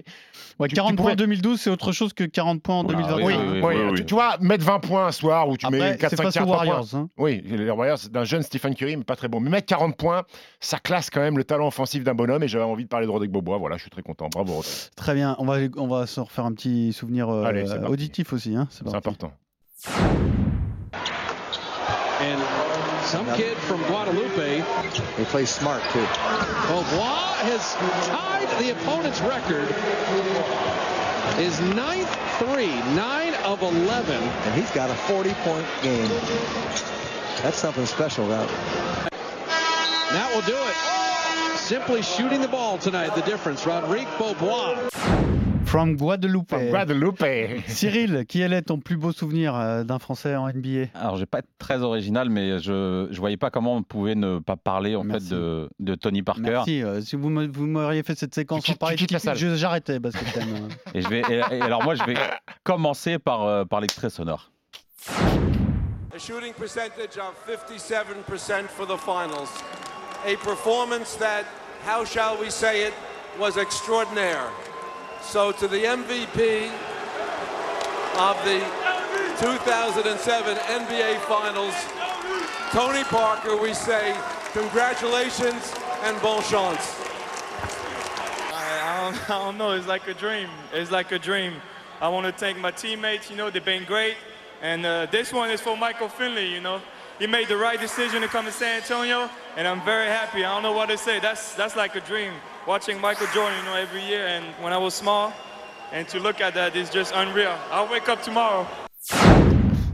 [SPEAKER 6] Ouais,
[SPEAKER 7] tu-
[SPEAKER 6] 40
[SPEAKER 7] tu
[SPEAKER 6] points
[SPEAKER 7] pouvais-
[SPEAKER 6] en 2012, c'est autre chose que 40 points en 2021.
[SPEAKER 1] oui, oui, oui,
[SPEAKER 7] Ouais,
[SPEAKER 1] oui, oui.
[SPEAKER 7] Tu, tu vois, mettre 20 points un soir où tu mets
[SPEAKER 6] Après, c'est
[SPEAKER 7] 4-5
[SPEAKER 6] face
[SPEAKER 7] tirs à
[SPEAKER 6] aux
[SPEAKER 7] trois points.
[SPEAKER 6] Warriors. hein.
[SPEAKER 7] Oui, les Warriors d'un jeune Stephen Curry, mais pas très bon. Mais mettre 40 points, ça classe quand même le talent offensif d'un bonhomme. Et j'avais envie de parler de Rodrigue Bobois. Voilà, je suis très content. Bravo, Rodrigue.
[SPEAKER 6] Très bien, on va, on va se refaire un petit souvenir euh,
[SPEAKER 7] Allez, c'est parti.
[SPEAKER 6] auditif aussi. hein. C'est
[SPEAKER 7] C'est
[SPEAKER 6] parti.
[SPEAKER 7] important.
[SPEAKER 4] And some kid from Guadalupe.
[SPEAKER 12] They play smart too.
[SPEAKER 4] Beauvoir has tied the opponent's record. His ninth three, nine of 11.
[SPEAKER 12] And he's got a 40 point game. That's something special about
[SPEAKER 4] That will do it. Simply shooting the ball tonight, the difference. Rodrigue Beaubois.
[SPEAKER 6] From Guadeloupe.
[SPEAKER 7] euh, Guadeloupe.
[SPEAKER 6] Cyril, quel est ton plus beau souvenir euh, d'un Français en NBA
[SPEAKER 1] Alors, je vais pas être très original, mais je je voyais pas comment on pouvait ne pas parler en
[SPEAKER 6] Merci.
[SPEAKER 1] fait de, de Tony Parker.
[SPEAKER 6] Merci. euh, si vous me- vous m'auriez fait cette séquence
[SPEAKER 7] Tu
[SPEAKER 6] en
[SPEAKER 7] quittes- tu quittes la salle.
[SPEAKER 6] j'arrêtais parce que t'aimes, euh.
[SPEAKER 1] Et je vais et- et alors moi je vais commencer par euh, par l'extrait sonore.
[SPEAKER 13] a shooting percentage of 57% for the finals. A performance that, how shall we say it, was extraordinaire. So to the MVP of the 2007 NBA Finals, Tony Parker, we say congratulations and bon chance.
[SPEAKER 3] I, I, don't, I don't know. It's like a dream. It's like a dream. I want to thank my teammates. You know, they've been great. And uh, this one is for Michael Finley, you know. He made the right decision to come to San Antonio, and I'm very happy. I don't know what to say. That's, that's like a dream. Watching Michael Jordan, you know, every year, and when I was small, and to look at that is just unreal. I'll wake up tomorrow.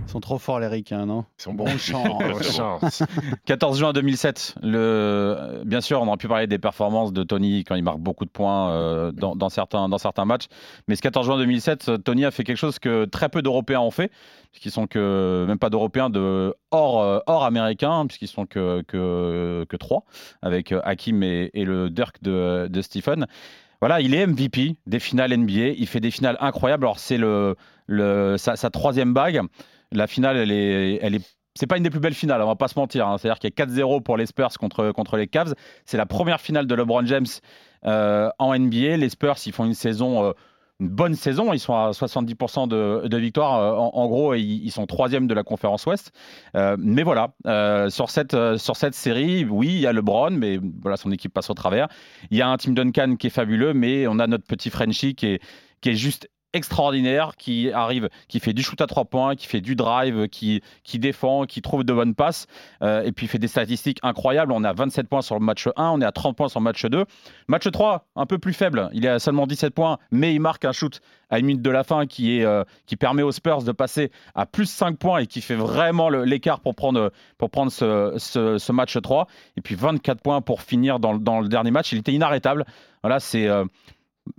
[SPEAKER 6] Ils sont trop forts les Ricains, non
[SPEAKER 7] Ils sont bons.
[SPEAKER 6] Bon chant.
[SPEAKER 7] Bonne chance.
[SPEAKER 1] 14 juin 2007. Le bien sûr on aurait pu parler des performances de Tony quand il marque beaucoup de points euh, dans, dans certains dans certains matchs. Mais ce 14 juin 2007, euh, Tony a fait quelque chose que très peu d'Européens ont fait, puisqu'ils sont que même pas d'Européens de hors euh, hors américains, puisqu'ils sont que que que trois avec euh, Hakim et, et le Dirk de de Stephen. Voilà, il est MVP des finales NBA. Il fait des finales incroyables. Alors, c'est le, le, sa, sa troisième bague. La finale, elle est. Elle est c'est pas une des plus belles finales, on va pas se mentir. hein. C'est-à-dire qu'il y a 4-0 pour les Spurs contre, contre les Cavs. C'est la première finale de LeBron James euh, en NBA. Les Spurs, ils font une saison, euh, une bonne saison. Ils sont à 70% de, de victoire. euh, en, en gros, et ils, ils sont troisième de la conférence Ouest. Euh, mais voilà, euh, sur, cette, euh, sur cette série, oui, il y a LeBron, mais voilà, son équipe passe au travers. Il y a un Tim Duncan qui est fabuleux, mais on a notre petit Frenchie qui est, qui est juste extraordinaire, qui arrive, qui fait du shoot à trois points, qui fait du drive, qui, qui défend, qui trouve de bonnes passes, euh, et puis il fait des statistiques incroyables. On est à 27 points sur le match 1, on est à 30 points sur le match 2. Match 3, un peu plus faible, il est à seulement 17 points, mais il marque un shoot à une minute de la fin qui, est, euh, qui permet aux Spurs de passer à plus 5 points et qui fait vraiment le- l'écart pour prendre, pour prendre ce, ce- ce match 3. Et puis 24 points pour finir dans, le- dans le dernier match. Il était inarrêtable. Voilà, c'est. euh,
[SPEAKER 6] Mm.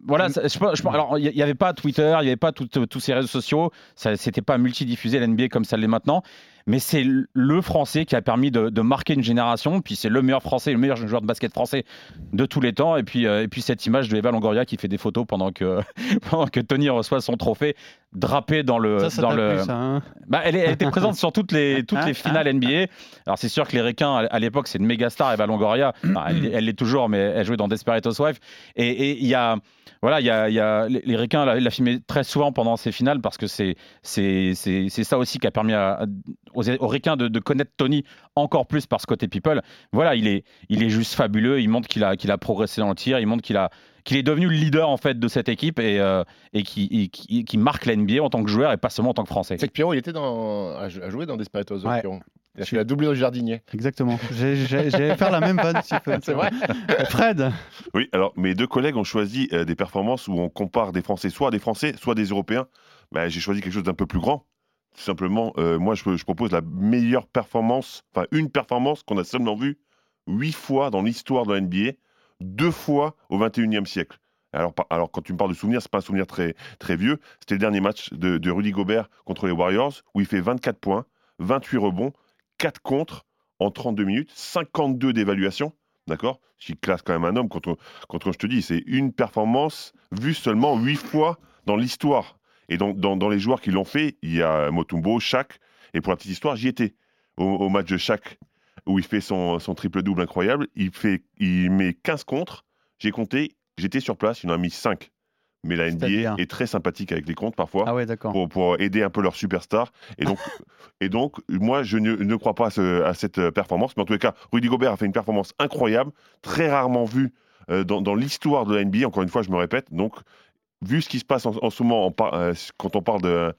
[SPEAKER 1] voilà, ça- je, pense- je pense- alors il n'y avait pas Twitter, il n'y avait pas tout- euh, tous ces réseaux sociaux, ça- c'était pas multidiffusé l'NBA comme ça l'est maintenant, mais c'est le Français qui a permis de, de marquer une génération. Puis c'est le meilleur Français, le meilleur joueur de basket français de tous les temps. Et puis, euh, et puis cette image de Eva Longoria qui fait des photos pendant que, pendant que Tony reçoit son trophée drapé dans le.
[SPEAKER 7] Euh,
[SPEAKER 6] Ça, ça
[SPEAKER 1] dans
[SPEAKER 6] t'a
[SPEAKER 1] le...
[SPEAKER 6] plu, ça, hein
[SPEAKER 1] Bah, elle, est- elle était présente sur toutes les, toutes les finales NBA. Alors, c'est sûr que les requins, à- à l'époque, c'est une méga star, Eva Longoria. Enfin, elle, elle l'est toujours, mais elle jouait dans Desperate Housewives. Et- Et il y a. Voilà, il y a, il y a- les les requins la, la filmaient très souvent pendant ces finales parce que c'est c'est c'est- c'est ça aussi qui a permis à- à- aux, aux requins de, de connaître Tony encore plus par ce côté people. Voilà, il est il est juste fabuleux. Il montre qu'il a qu'il a progressé dans le tir. Il montre qu'il a qu'il est devenu le leader en fait de cette équipe et, euh, et qui, et qui, qui marque la NBA en tant que joueur et pas seulement en tant que Français.
[SPEAKER 7] C'est que Pierrot, il était dans, à, jou- à jouer dans Desperate Housewives,
[SPEAKER 1] Ouais.
[SPEAKER 7] Pierrot. Il a fait la doublure du jardinier.
[SPEAKER 6] Exactement. J'allais faire la même vanne, si
[SPEAKER 7] C'est vrai.
[SPEAKER 6] Fred
[SPEAKER 8] Oui, alors mes deux collègues ont choisi euh, des performances où on compare des Français, soit des Français, soit des Européens. Bah, J'ai choisi quelque chose d'un peu plus grand. Tout simplement, euh, moi, je, je propose la meilleure performance, enfin une performance qu'on a seulement vue huit fois dans l'histoire de la NBA, deux fois au 21e siècle. Alors, par- alors quand tu me parles de souvenirs, c'est pas un souvenir très, très vieux. C'était le dernier match de, de Rudy Gobert contre les Warriors, où il fait 24 points, 28 rebonds, 4 contre en 32 minutes, 52 d'évaluation, d'accord Ce qui classe quand même un homme quand on, quand on- je te dis, c'est une performance vue seulement 8 fois dans l'histoire. Et dans, dans- dans les joueurs qui l'ont fait, il y a Motumbo, Shaq, et pour la petite histoire, j'y étais au, au match de Shaq où il fait son, son triple-double incroyable, il, fait, il met 15 contre, j'ai compté, j'étais sur place, il en a mis 5. Mais la NBA est très sympathique avec les comptes parfois
[SPEAKER 6] Ah
[SPEAKER 8] pour, pour aider un peu leurs superstars. Et donc, et donc moi, je ne, ne crois pas à, ce- à cette euh, performance. Mais en tous les cas, Rudy Gobert a fait une performance incroyable, très rarement vue euh, dans, dans l'histoire de la NBA. Encore une fois, je me répète. Donc, vu ce qui se passe en, en ce moment, en par- euh, quand on parle de,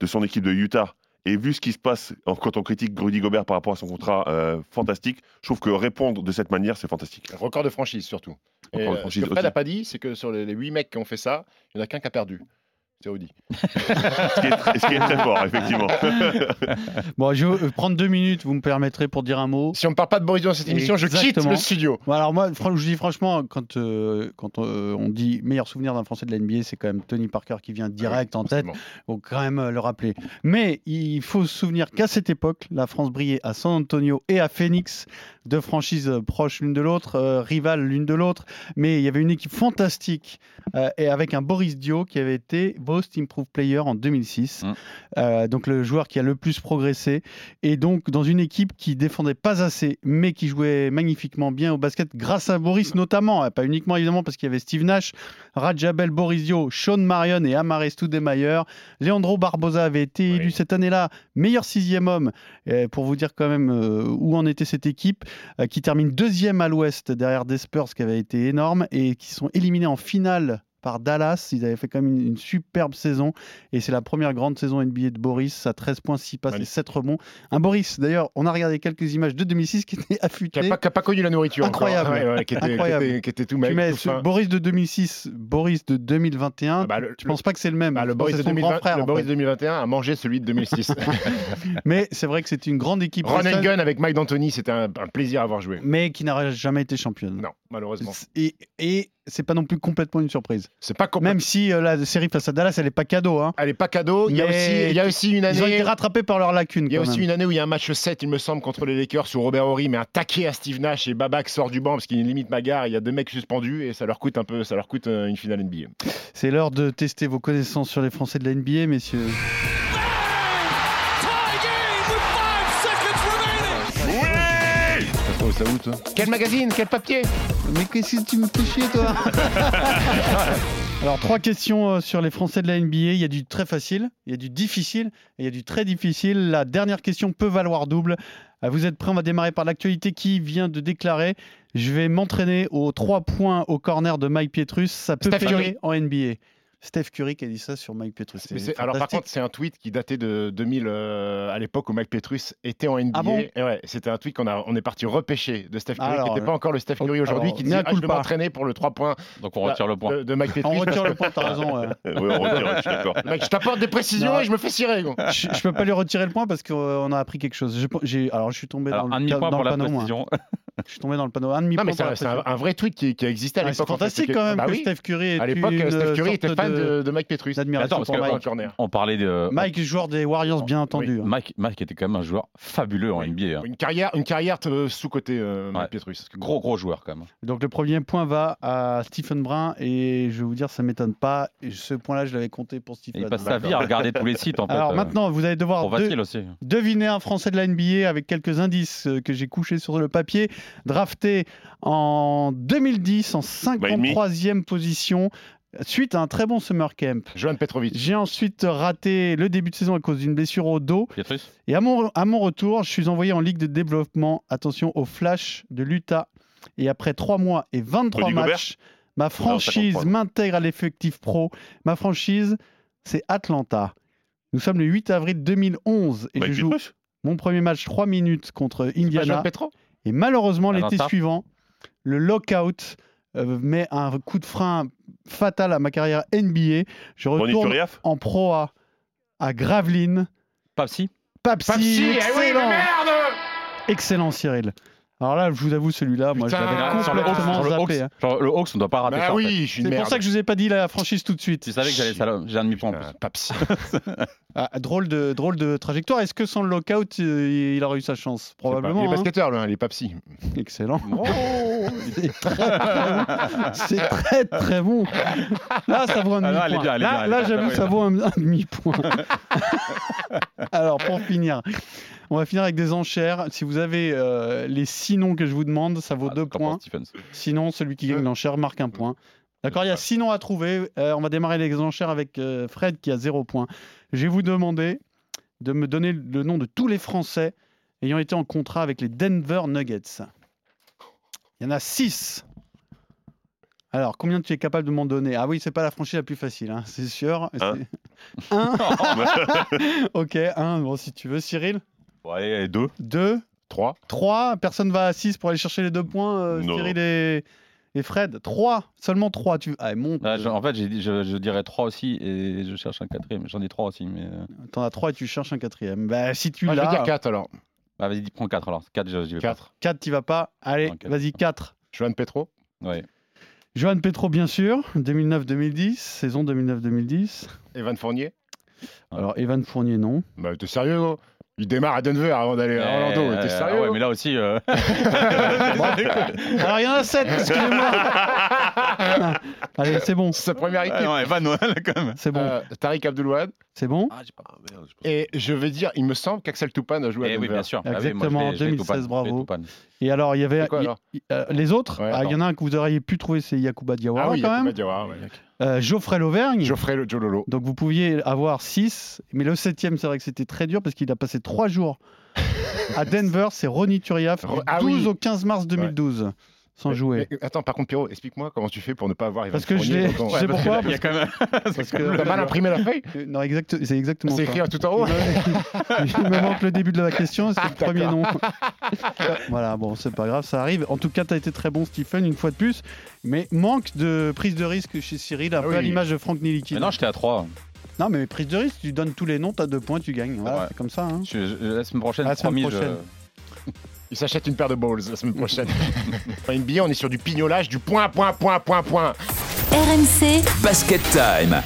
[SPEAKER 8] de son équipe de Utah, et vu ce qui se passe en- quand on critique Rudy Gobert par rapport à son contrat euh, fantastique, je trouve que répondre de cette manière, c'est fantastique.
[SPEAKER 7] Record de franchise, surtout. Et,
[SPEAKER 8] Record de
[SPEAKER 7] euh, ce
[SPEAKER 8] franchise
[SPEAKER 7] que Fred n'a
[SPEAKER 8] aussi.
[SPEAKER 7] pas dit, c'est que sur les, 8 mecs qui ont fait ça, il n'y en a qu'un qui a perdu. C'est Rudy.
[SPEAKER 8] ce, qui est très- ce qui est très fort, effectivement.
[SPEAKER 6] Bon, je vais euh, prendre deux minutes, vous me permettrez, pour dire un mot.
[SPEAKER 7] Si on ne parle pas de Boris dans cette émission, je quitte le studio.
[SPEAKER 6] alors moi, fran- je dis franchement, quand, euh, quand euh, on dit meilleur souvenir d'un Français de la NBA, c'est quand même Tony Parker qui vient direct en tête. faut quand même euh, le rappeler. Mais il faut se souvenir qu'à cette époque, la France brillait à San Antonio et à Phoenix, deux franchises euh, proches l'une de l'autre, euh, rivales l'une de l'autre. Mais il y avait une équipe fantastique euh, et avec un Boris Dio qui avait été Most Improved Player en 2006. Euh, donc le joueur qui a le plus progressé. Et donc dans une équipe qui défendait pas assez, mais qui jouait magnifiquement bien au basket grâce à Boris notamment. Euh, Pas uniquement évidemment parce qu'il y avait Steve Nash, Rajabel Borisio, Sean Marion et Amare Stoudemire. Leandro Barbosa avait été élu cette année-là meilleur sixième homme. euh, pour vous dire quand même euh, où en était cette équipe euh, qui termine deuxième à l'ouest derrière des Spurs qui avait été énorme et qui sont éliminés en finale par Dallas. Ils avaient fait quand même une, une superbe saison. Et c'est la première grande saison NBA de Boris à 13 points, 6 passes et 7 rebonds. Un Boris, d'ailleurs, on a regardé quelques images de 2006 qui était affûté.
[SPEAKER 7] Qui n'a pas, qui a pas connu la nourriture. encore.
[SPEAKER 6] Incroyable.
[SPEAKER 7] Ouais, ouais, qui, était, qui
[SPEAKER 6] Incroyable.
[SPEAKER 7] était- qui était tout
[SPEAKER 6] Tu
[SPEAKER 7] mec.
[SPEAKER 6] mets
[SPEAKER 7] tout
[SPEAKER 6] ce
[SPEAKER 7] fin. Ah bah,
[SPEAKER 6] Boris de 2006, Boris de 2021. je pense pas que c'est le même.
[SPEAKER 7] Le
[SPEAKER 6] Je pense
[SPEAKER 7] Boris
[SPEAKER 6] que
[SPEAKER 7] de
[SPEAKER 6] c'est son
[SPEAKER 7] 2020
[SPEAKER 6] grand frère.
[SPEAKER 7] le
[SPEAKER 6] en
[SPEAKER 7] Boris
[SPEAKER 6] fait.
[SPEAKER 7] 2021 a mangé celui de 2006.
[SPEAKER 6] Mais c'est vrai que c'est une grande équipe.
[SPEAKER 7] Run
[SPEAKER 6] Preston,
[SPEAKER 7] and Gun avec Mike D'Antoni, c'était un, un plaisir à avoir joué.
[SPEAKER 6] Mais qui n'a jamais été championne.
[SPEAKER 7] Non, malheureusement.
[SPEAKER 6] Et, et c'est pas non plus complètement une surprise.
[SPEAKER 7] C'est pas
[SPEAKER 6] Même si euh, la série face à Dallas, elle est pas cadeau. Hein.
[SPEAKER 7] Elle est pas cadeau. Il y a aussi- il y a aussi une
[SPEAKER 6] Ils ont
[SPEAKER 7] année-
[SPEAKER 6] été rattrapés par leurs lacunes.
[SPEAKER 7] Il y a aussi une année où il y a un match 7, il me semble, contre les Lakers où Robert Horry met un taquet à Steve Nash et Babak sort du banc parce qu'il limite ma gare. Il y a deux mecs suspendus et ça leur coûte un peu, ça leur coûte euh, une finale NBA.
[SPEAKER 6] C'est l'heure de tester vos connaissances sur les Français de la NBA, messieurs.
[SPEAKER 7] Ça trouve ça où, toi Quel magazine Quel papier
[SPEAKER 6] Mais qu'est-ce que tu me fais chier, toi Alors, trois questions euh, sur les Français de la NBA. Il y a du très facile, il y a du difficile et il y a du très difficile. La dernière question peut valoir double. Euh, Vous êtes prêts On va démarrer par l'actualité qui vient de déclarer Je vais m'entraîner aux trois points au corner de Mike Pietrus. Ça peut
[SPEAKER 7] Steph
[SPEAKER 6] payer
[SPEAKER 7] Curry.
[SPEAKER 6] en NBA. Steph Curry qui a dit ça sur Mike Pietrus.
[SPEAKER 7] Mais
[SPEAKER 6] C'est
[SPEAKER 7] c'est- alors par
[SPEAKER 6] fantastique.
[SPEAKER 7] contre, c'est un tweet qui datait de 2000 euh, à l'époque où Mike Petrus était en NBA.
[SPEAKER 6] Ah bon
[SPEAKER 7] Et ouais, c'était un tweet qu'on a, on est parti repêcher de Steph Curry
[SPEAKER 6] Alors,
[SPEAKER 7] qui n'était pas encore le Steph Curry aujourd'hui
[SPEAKER 6] alors,
[SPEAKER 7] qui dit
[SPEAKER 6] mea
[SPEAKER 7] ah, je vais
[SPEAKER 6] culpa.
[SPEAKER 7] m'entraîner pour le 3 points. euh,
[SPEAKER 1] Donc
[SPEAKER 6] Bah,
[SPEAKER 1] on retire le
[SPEAKER 6] euh,
[SPEAKER 1] point.
[SPEAKER 7] de, de Mike Petrus.
[SPEAKER 6] On retire le point, t'as raison, ouais.
[SPEAKER 1] Oui, on retire, je suis d'accord.
[SPEAKER 7] Mec, je t'apporte des précisions
[SPEAKER 6] Non.
[SPEAKER 7] et je me fais cirer. gros.
[SPEAKER 6] je, euh, je peux pas lui retirer le point parce qu'on a appris quelque chose. Je- j'ai- alors, je suis tombé
[SPEAKER 1] Alors,
[SPEAKER 6] dans
[SPEAKER 1] un
[SPEAKER 6] le,
[SPEAKER 1] demi-point
[SPEAKER 6] dans
[SPEAKER 1] pour
[SPEAKER 6] le
[SPEAKER 1] la
[SPEAKER 6] panneau. hein. moi.
[SPEAKER 1] précision.
[SPEAKER 6] Je suis tombé dans le panneau. Un demi
[SPEAKER 7] Non, mais c'est un, c'est un- un vrai tweet qui, qui a existé à
[SPEAKER 6] Ouais, Ah,
[SPEAKER 7] l'époque.
[SPEAKER 6] c'est
[SPEAKER 7] en fait.
[SPEAKER 6] fantastique quand même
[SPEAKER 7] Bah
[SPEAKER 6] que
[SPEAKER 7] oui.
[SPEAKER 6] Steph Curry ait
[SPEAKER 7] À l'époque,
[SPEAKER 6] eu une
[SPEAKER 7] Steph Curry
[SPEAKER 6] sorte
[SPEAKER 7] était fan
[SPEAKER 6] de-
[SPEAKER 7] de, de Mike Petrus.
[SPEAKER 6] d'admiration
[SPEAKER 7] Attends, parce
[SPEAKER 6] pour
[SPEAKER 7] que-
[SPEAKER 6] Mike.
[SPEAKER 7] corner.
[SPEAKER 1] On parlait de.
[SPEAKER 6] Mike, joueur des Warriors, bien entendu. hein.
[SPEAKER 1] Mike, Mike était quand même un joueur fabuleux en NBA. hein.
[SPEAKER 7] Une carrière, une carrière euh, sous-côté, euh, Mike Petrus.
[SPEAKER 1] Gros, gros joueur quand même.
[SPEAKER 6] Donc le premier point va à Stephen Brun et je vais vous dire, ça m'étonne pas. Et Ce point-là, je l'avais compté pour Stephen.
[SPEAKER 1] Il passe sa vie à regarder tous les sites en fait.
[SPEAKER 6] Bah, Alors
[SPEAKER 1] euh,
[SPEAKER 6] maintenant, vous allez devoir
[SPEAKER 1] Trop
[SPEAKER 6] de-
[SPEAKER 1] facile aussi.
[SPEAKER 6] deviner un Français de la NBA avec quelques indices euh, que j'ai couchés sur le papier. Drafté en 2010 en 53e position. Suite à un très bon summer camp.
[SPEAKER 7] Johan Petrovic.
[SPEAKER 6] J'ai ensuite raté le début de saison à cause d'une blessure au dos.
[SPEAKER 1] Pietrus
[SPEAKER 6] Et à mon, à mon retour, je suis envoyé en ligue de développement, attention, au Flash de l'Utah. Et après 3 mois et 23
[SPEAKER 14] Rudy
[SPEAKER 6] matchs, ma franchise
[SPEAKER 14] 53.
[SPEAKER 6] m'intègre à l'effectif pro. Ma franchise, c'est Atlanta. Nous sommes le 8 avril 2011 et je joue mon premier match 3 minutes contre Indiana.
[SPEAKER 7] Johan Petro
[SPEAKER 6] Et malheureusement, l'été
[SPEAKER 7] Atlanta.
[SPEAKER 6] suivant, le lockout euh, met un coup de frein fatal à ma carrière NBA. Je
[SPEAKER 8] Ronny
[SPEAKER 6] retourne
[SPEAKER 8] Turiaf
[SPEAKER 6] en pro A à Gravelines.
[SPEAKER 1] Papsi
[SPEAKER 6] Papsi,
[SPEAKER 7] Papsi, eh oui, mais
[SPEAKER 6] excellent
[SPEAKER 7] merde
[SPEAKER 1] Ah,
[SPEAKER 6] Excellent Cyril. Alors là, je vous avoue, celui-là, moi, je
[SPEAKER 1] Putain,
[SPEAKER 6] l'avais
[SPEAKER 1] sur le Hawks,
[SPEAKER 6] complètement
[SPEAKER 1] sur le
[SPEAKER 6] zappé.
[SPEAKER 1] Hawks.
[SPEAKER 6] hein.
[SPEAKER 1] Genre, le Hawks, on doit pas rater
[SPEAKER 6] Bah
[SPEAKER 1] ça. en
[SPEAKER 6] oui,
[SPEAKER 1] fait.
[SPEAKER 6] je suis une C'est pour merde. ça que je vous ai pas dit la franchise tout de suite.
[SPEAKER 1] Tu savais que j'allais ça. là. J'ai un demi-point en plus.
[SPEAKER 7] Papsi.
[SPEAKER 6] Ah, drôle, de, drôle de trajectoire. Est-ce que sans le lockout, euh, il aurait eu sa chance Probablement.
[SPEAKER 7] Il est
[SPEAKER 6] hein.
[SPEAKER 7] basketteur, lui, hein, il est Papsi.
[SPEAKER 6] Excellent.
[SPEAKER 1] Oh.
[SPEAKER 6] C'est très, très bon. C'est très très bon. Là, ça vaut un
[SPEAKER 1] Ah non,
[SPEAKER 6] demi-point.
[SPEAKER 1] elle est bien, elle est bien,
[SPEAKER 6] là,
[SPEAKER 1] elle est
[SPEAKER 6] là,
[SPEAKER 1] bien.
[SPEAKER 6] j'avoue,
[SPEAKER 1] Ah oui,
[SPEAKER 6] ça
[SPEAKER 1] là.
[SPEAKER 6] vaut un, un demi-point. Alors, pour finir, on va finir avec des enchères. Si vous avez euh, les six noms que je vous demande, ça
[SPEAKER 1] Ah,
[SPEAKER 6] vaut deux points. Sinon, celui qui gagne l'enchère marque un point. D'accord, il y a six noms à trouver. Euh, on va démarrer les enchères avec euh, Fred qui a zéro point. Je vais vous demander de me donner le nom de tous les Français ayant été en contrat avec les Denver Nuggets. Il y en a 6. Alors, combien tu es capable de m'en donner Ah oui, c'est pas la franchise la plus facile, hein, c'est sûr.
[SPEAKER 8] Hein
[SPEAKER 6] C'est- Un. ok, un, bon, si tu veux. Cyril
[SPEAKER 1] Bon, allez, allez, deux.
[SPEAKER 6] Deux.
[SPEAKER 7] Trois.
[SPEAKER 6] Trois. Personne va à 6 pour aller chercher les deux points, euh,
[SPEAKER 1] Non.
[SPEAKER 6] Cyril et... et Fred. Trois. Seulement trois. Tu... Ah, monte.
[SPEAKER 1] Ah, je- en fait, j'ai dit- je, je dirais trois aussi et je cherche un quatrième. J'en ai trois aussi, mais. euh,
[SPEAKER 6] T'en as trois et tu cherches un quatrième. Bah, si tu
[SPEAKER 1] Moi, je
[SPEAKER 6] l'as.
[SPEAKER 1] vais dire quatre,
[SPEAKER 7] alors.
[SPEAKER 1] Bah, vas-y, dis, prends quatre alors. Quatre, je- j'y vais.
[SPEAKER 7] Quatre.
[SPEAKER 1] pas.
[SPEAKER 6] 4, tu vas pas. Allez, vas-y, 4.
[SPEAKER 7] Johan Petro
[SPEAKER 1] Ouais.
[SPEAKER 6] Johan Petro, bien sûr. 2009-2010. Saison 2009-2010.
[SPEAKER 7] Evan Fournier
[SPEAKER 6] Alors, Evan Fournier, non.
[SPEAKER 7] Bah, t'es sérieux, gros Il démarre à Denver avant d'aller à
[SPEAKER 1] Eh,
[SPEAKER 7] Orlando.
[SPEAKER 1] euh,
[SPEAKER 7] T'es sérieux hein
[SPEAKER 1] ouais, mais là aussi. euh,
[SPEAKER 6] Alors, il y en a 7, excusez-moi. Allez, c'est bon.
[SPEAKER 7] Sa première équipe.
[SPEAKER 1] Ah non, Evan, ouais, là, quand même.
[SPEAKER 6] C'est
[SPEAKER 7] Euh.
[SPEAKER 6] bon.
[SPEAKER 7] Tariq Abdulwahad.
[SPEAKER 6] C'est bon.
[SPEAKER 1] Ah,
[SPEAKER 7] Et je vais dire, il me semble qu'Axel Toupane a joué à
[SPEAKER 1] Eh
[SPEAKER 7] Denver.
[SPEAKER 1] oui, bien sûr. Bah oui, moi, je
[SPEAKER 6] Exactement,
[SPEAKER 1] l'ai- je l'ai
[SPEAKER 6] 2016,
[SPEAKER 1] Toupane, je l'ai
[SPEAKER 6] bravo.
[SPEAKER 1] Toupane.
[SPEAKER 6] Et alors, il y avait.
[SPEAKER 7] C'est quoi,
[SPEAKER 6] il-
[SPEAKER 7] alors
[SPEAKER 6] il- euh, les autres,
[SPEAKER 7] Ouais,
[SPEAKER 6] ah, il y en a un que vous auriez pu trouver, c'est Yacouba Diawara
[SPEAKER 7] Ah oui,
[SPEAKER 6] quand même.
[SPEAKER 7] Yacouba Diawara, ouais.
[SPEAKER 6] Euh, Geoffrey Lauvergne.
[SPEAKER 7] Geoffrey le Jololo.
[SPEAKER 6] Donc vous pouviez avoir 6, mais le 7 c'est vrai que c'était très dur parce qu'il a passé 3 jours à Denver. C'est Ronny Turiaf, du
[SPEAKER 7] Ro- ah oui.
[SPEAKER 6] 12 au 15 mars 2012, sans
[SPEAKER 7] Mais-
[SPEAKER 6] jouer.
[SPEAKER 7] mais- attends, par contre, Pierrot, explique-moi comment tu fais pour ne pas avoir Evan
[SPEAKER 6] Parce que je
[SPEAKER 7] Fournier
[SPEAKER 6] l'ai-
[SPEAKER 7] dans ton-
[SPEAKER 6] je sais
[SPEAKER 7] parce que-
[SPEAKER 6] pourquoi,
[SPEAKER 7] il y a
[SPEAKER 6] parce
[SPEAKER 7] quand même-
[SPEAKER 6] Parce
[SPEAKER 7] que- T'as mal imprimé la feuille
[SPEAKER 6] Euh, Non, exact, c'est exactement
[SPEAKER 7] C'est
[SPEAKER 6] ça.
[SPEAKER 7] écrit tout en haut.
[SPEAKER 6] Il me manque le début de la question, c'est le premier nom. voilà, bon, c'est pas grave, ça arrive. En tout cas, t'as été très bon, Stephen, une fois de plus. Mais manque de prise de risque chez Cyril, un
[SPEAKER 7] Ah
[SPEAKER 6] peu à
[SPEAKER 1] oui.
[SPEAKER 6] l'image de Franck Niliki.
[SPEAKER 1] Mais non, j'étais à trois.
[SPEAKER 6] Non, mais prise de risque, tu donnes tous les noms, t'as deux points, tu gagnes. Voilà,
[SPEAKER 1] Ouais.
[SPEAKER 6] c'est comme ça. hein.
[SPEAKER 1] Je- je- la semaine prochaine,
[SPEAKER 6] À la semaine
[SPEAKER 1] promis,
[SPEAKER 6] prochaine.
[SPEAKER 7] Il s'achète une paire de balls la semaine prochaine. en NBA, on est sur du pignolage, du point, point, point, point, point.
[SPEAKER 15] RMC.
[SPEAKER 2] Basket Time.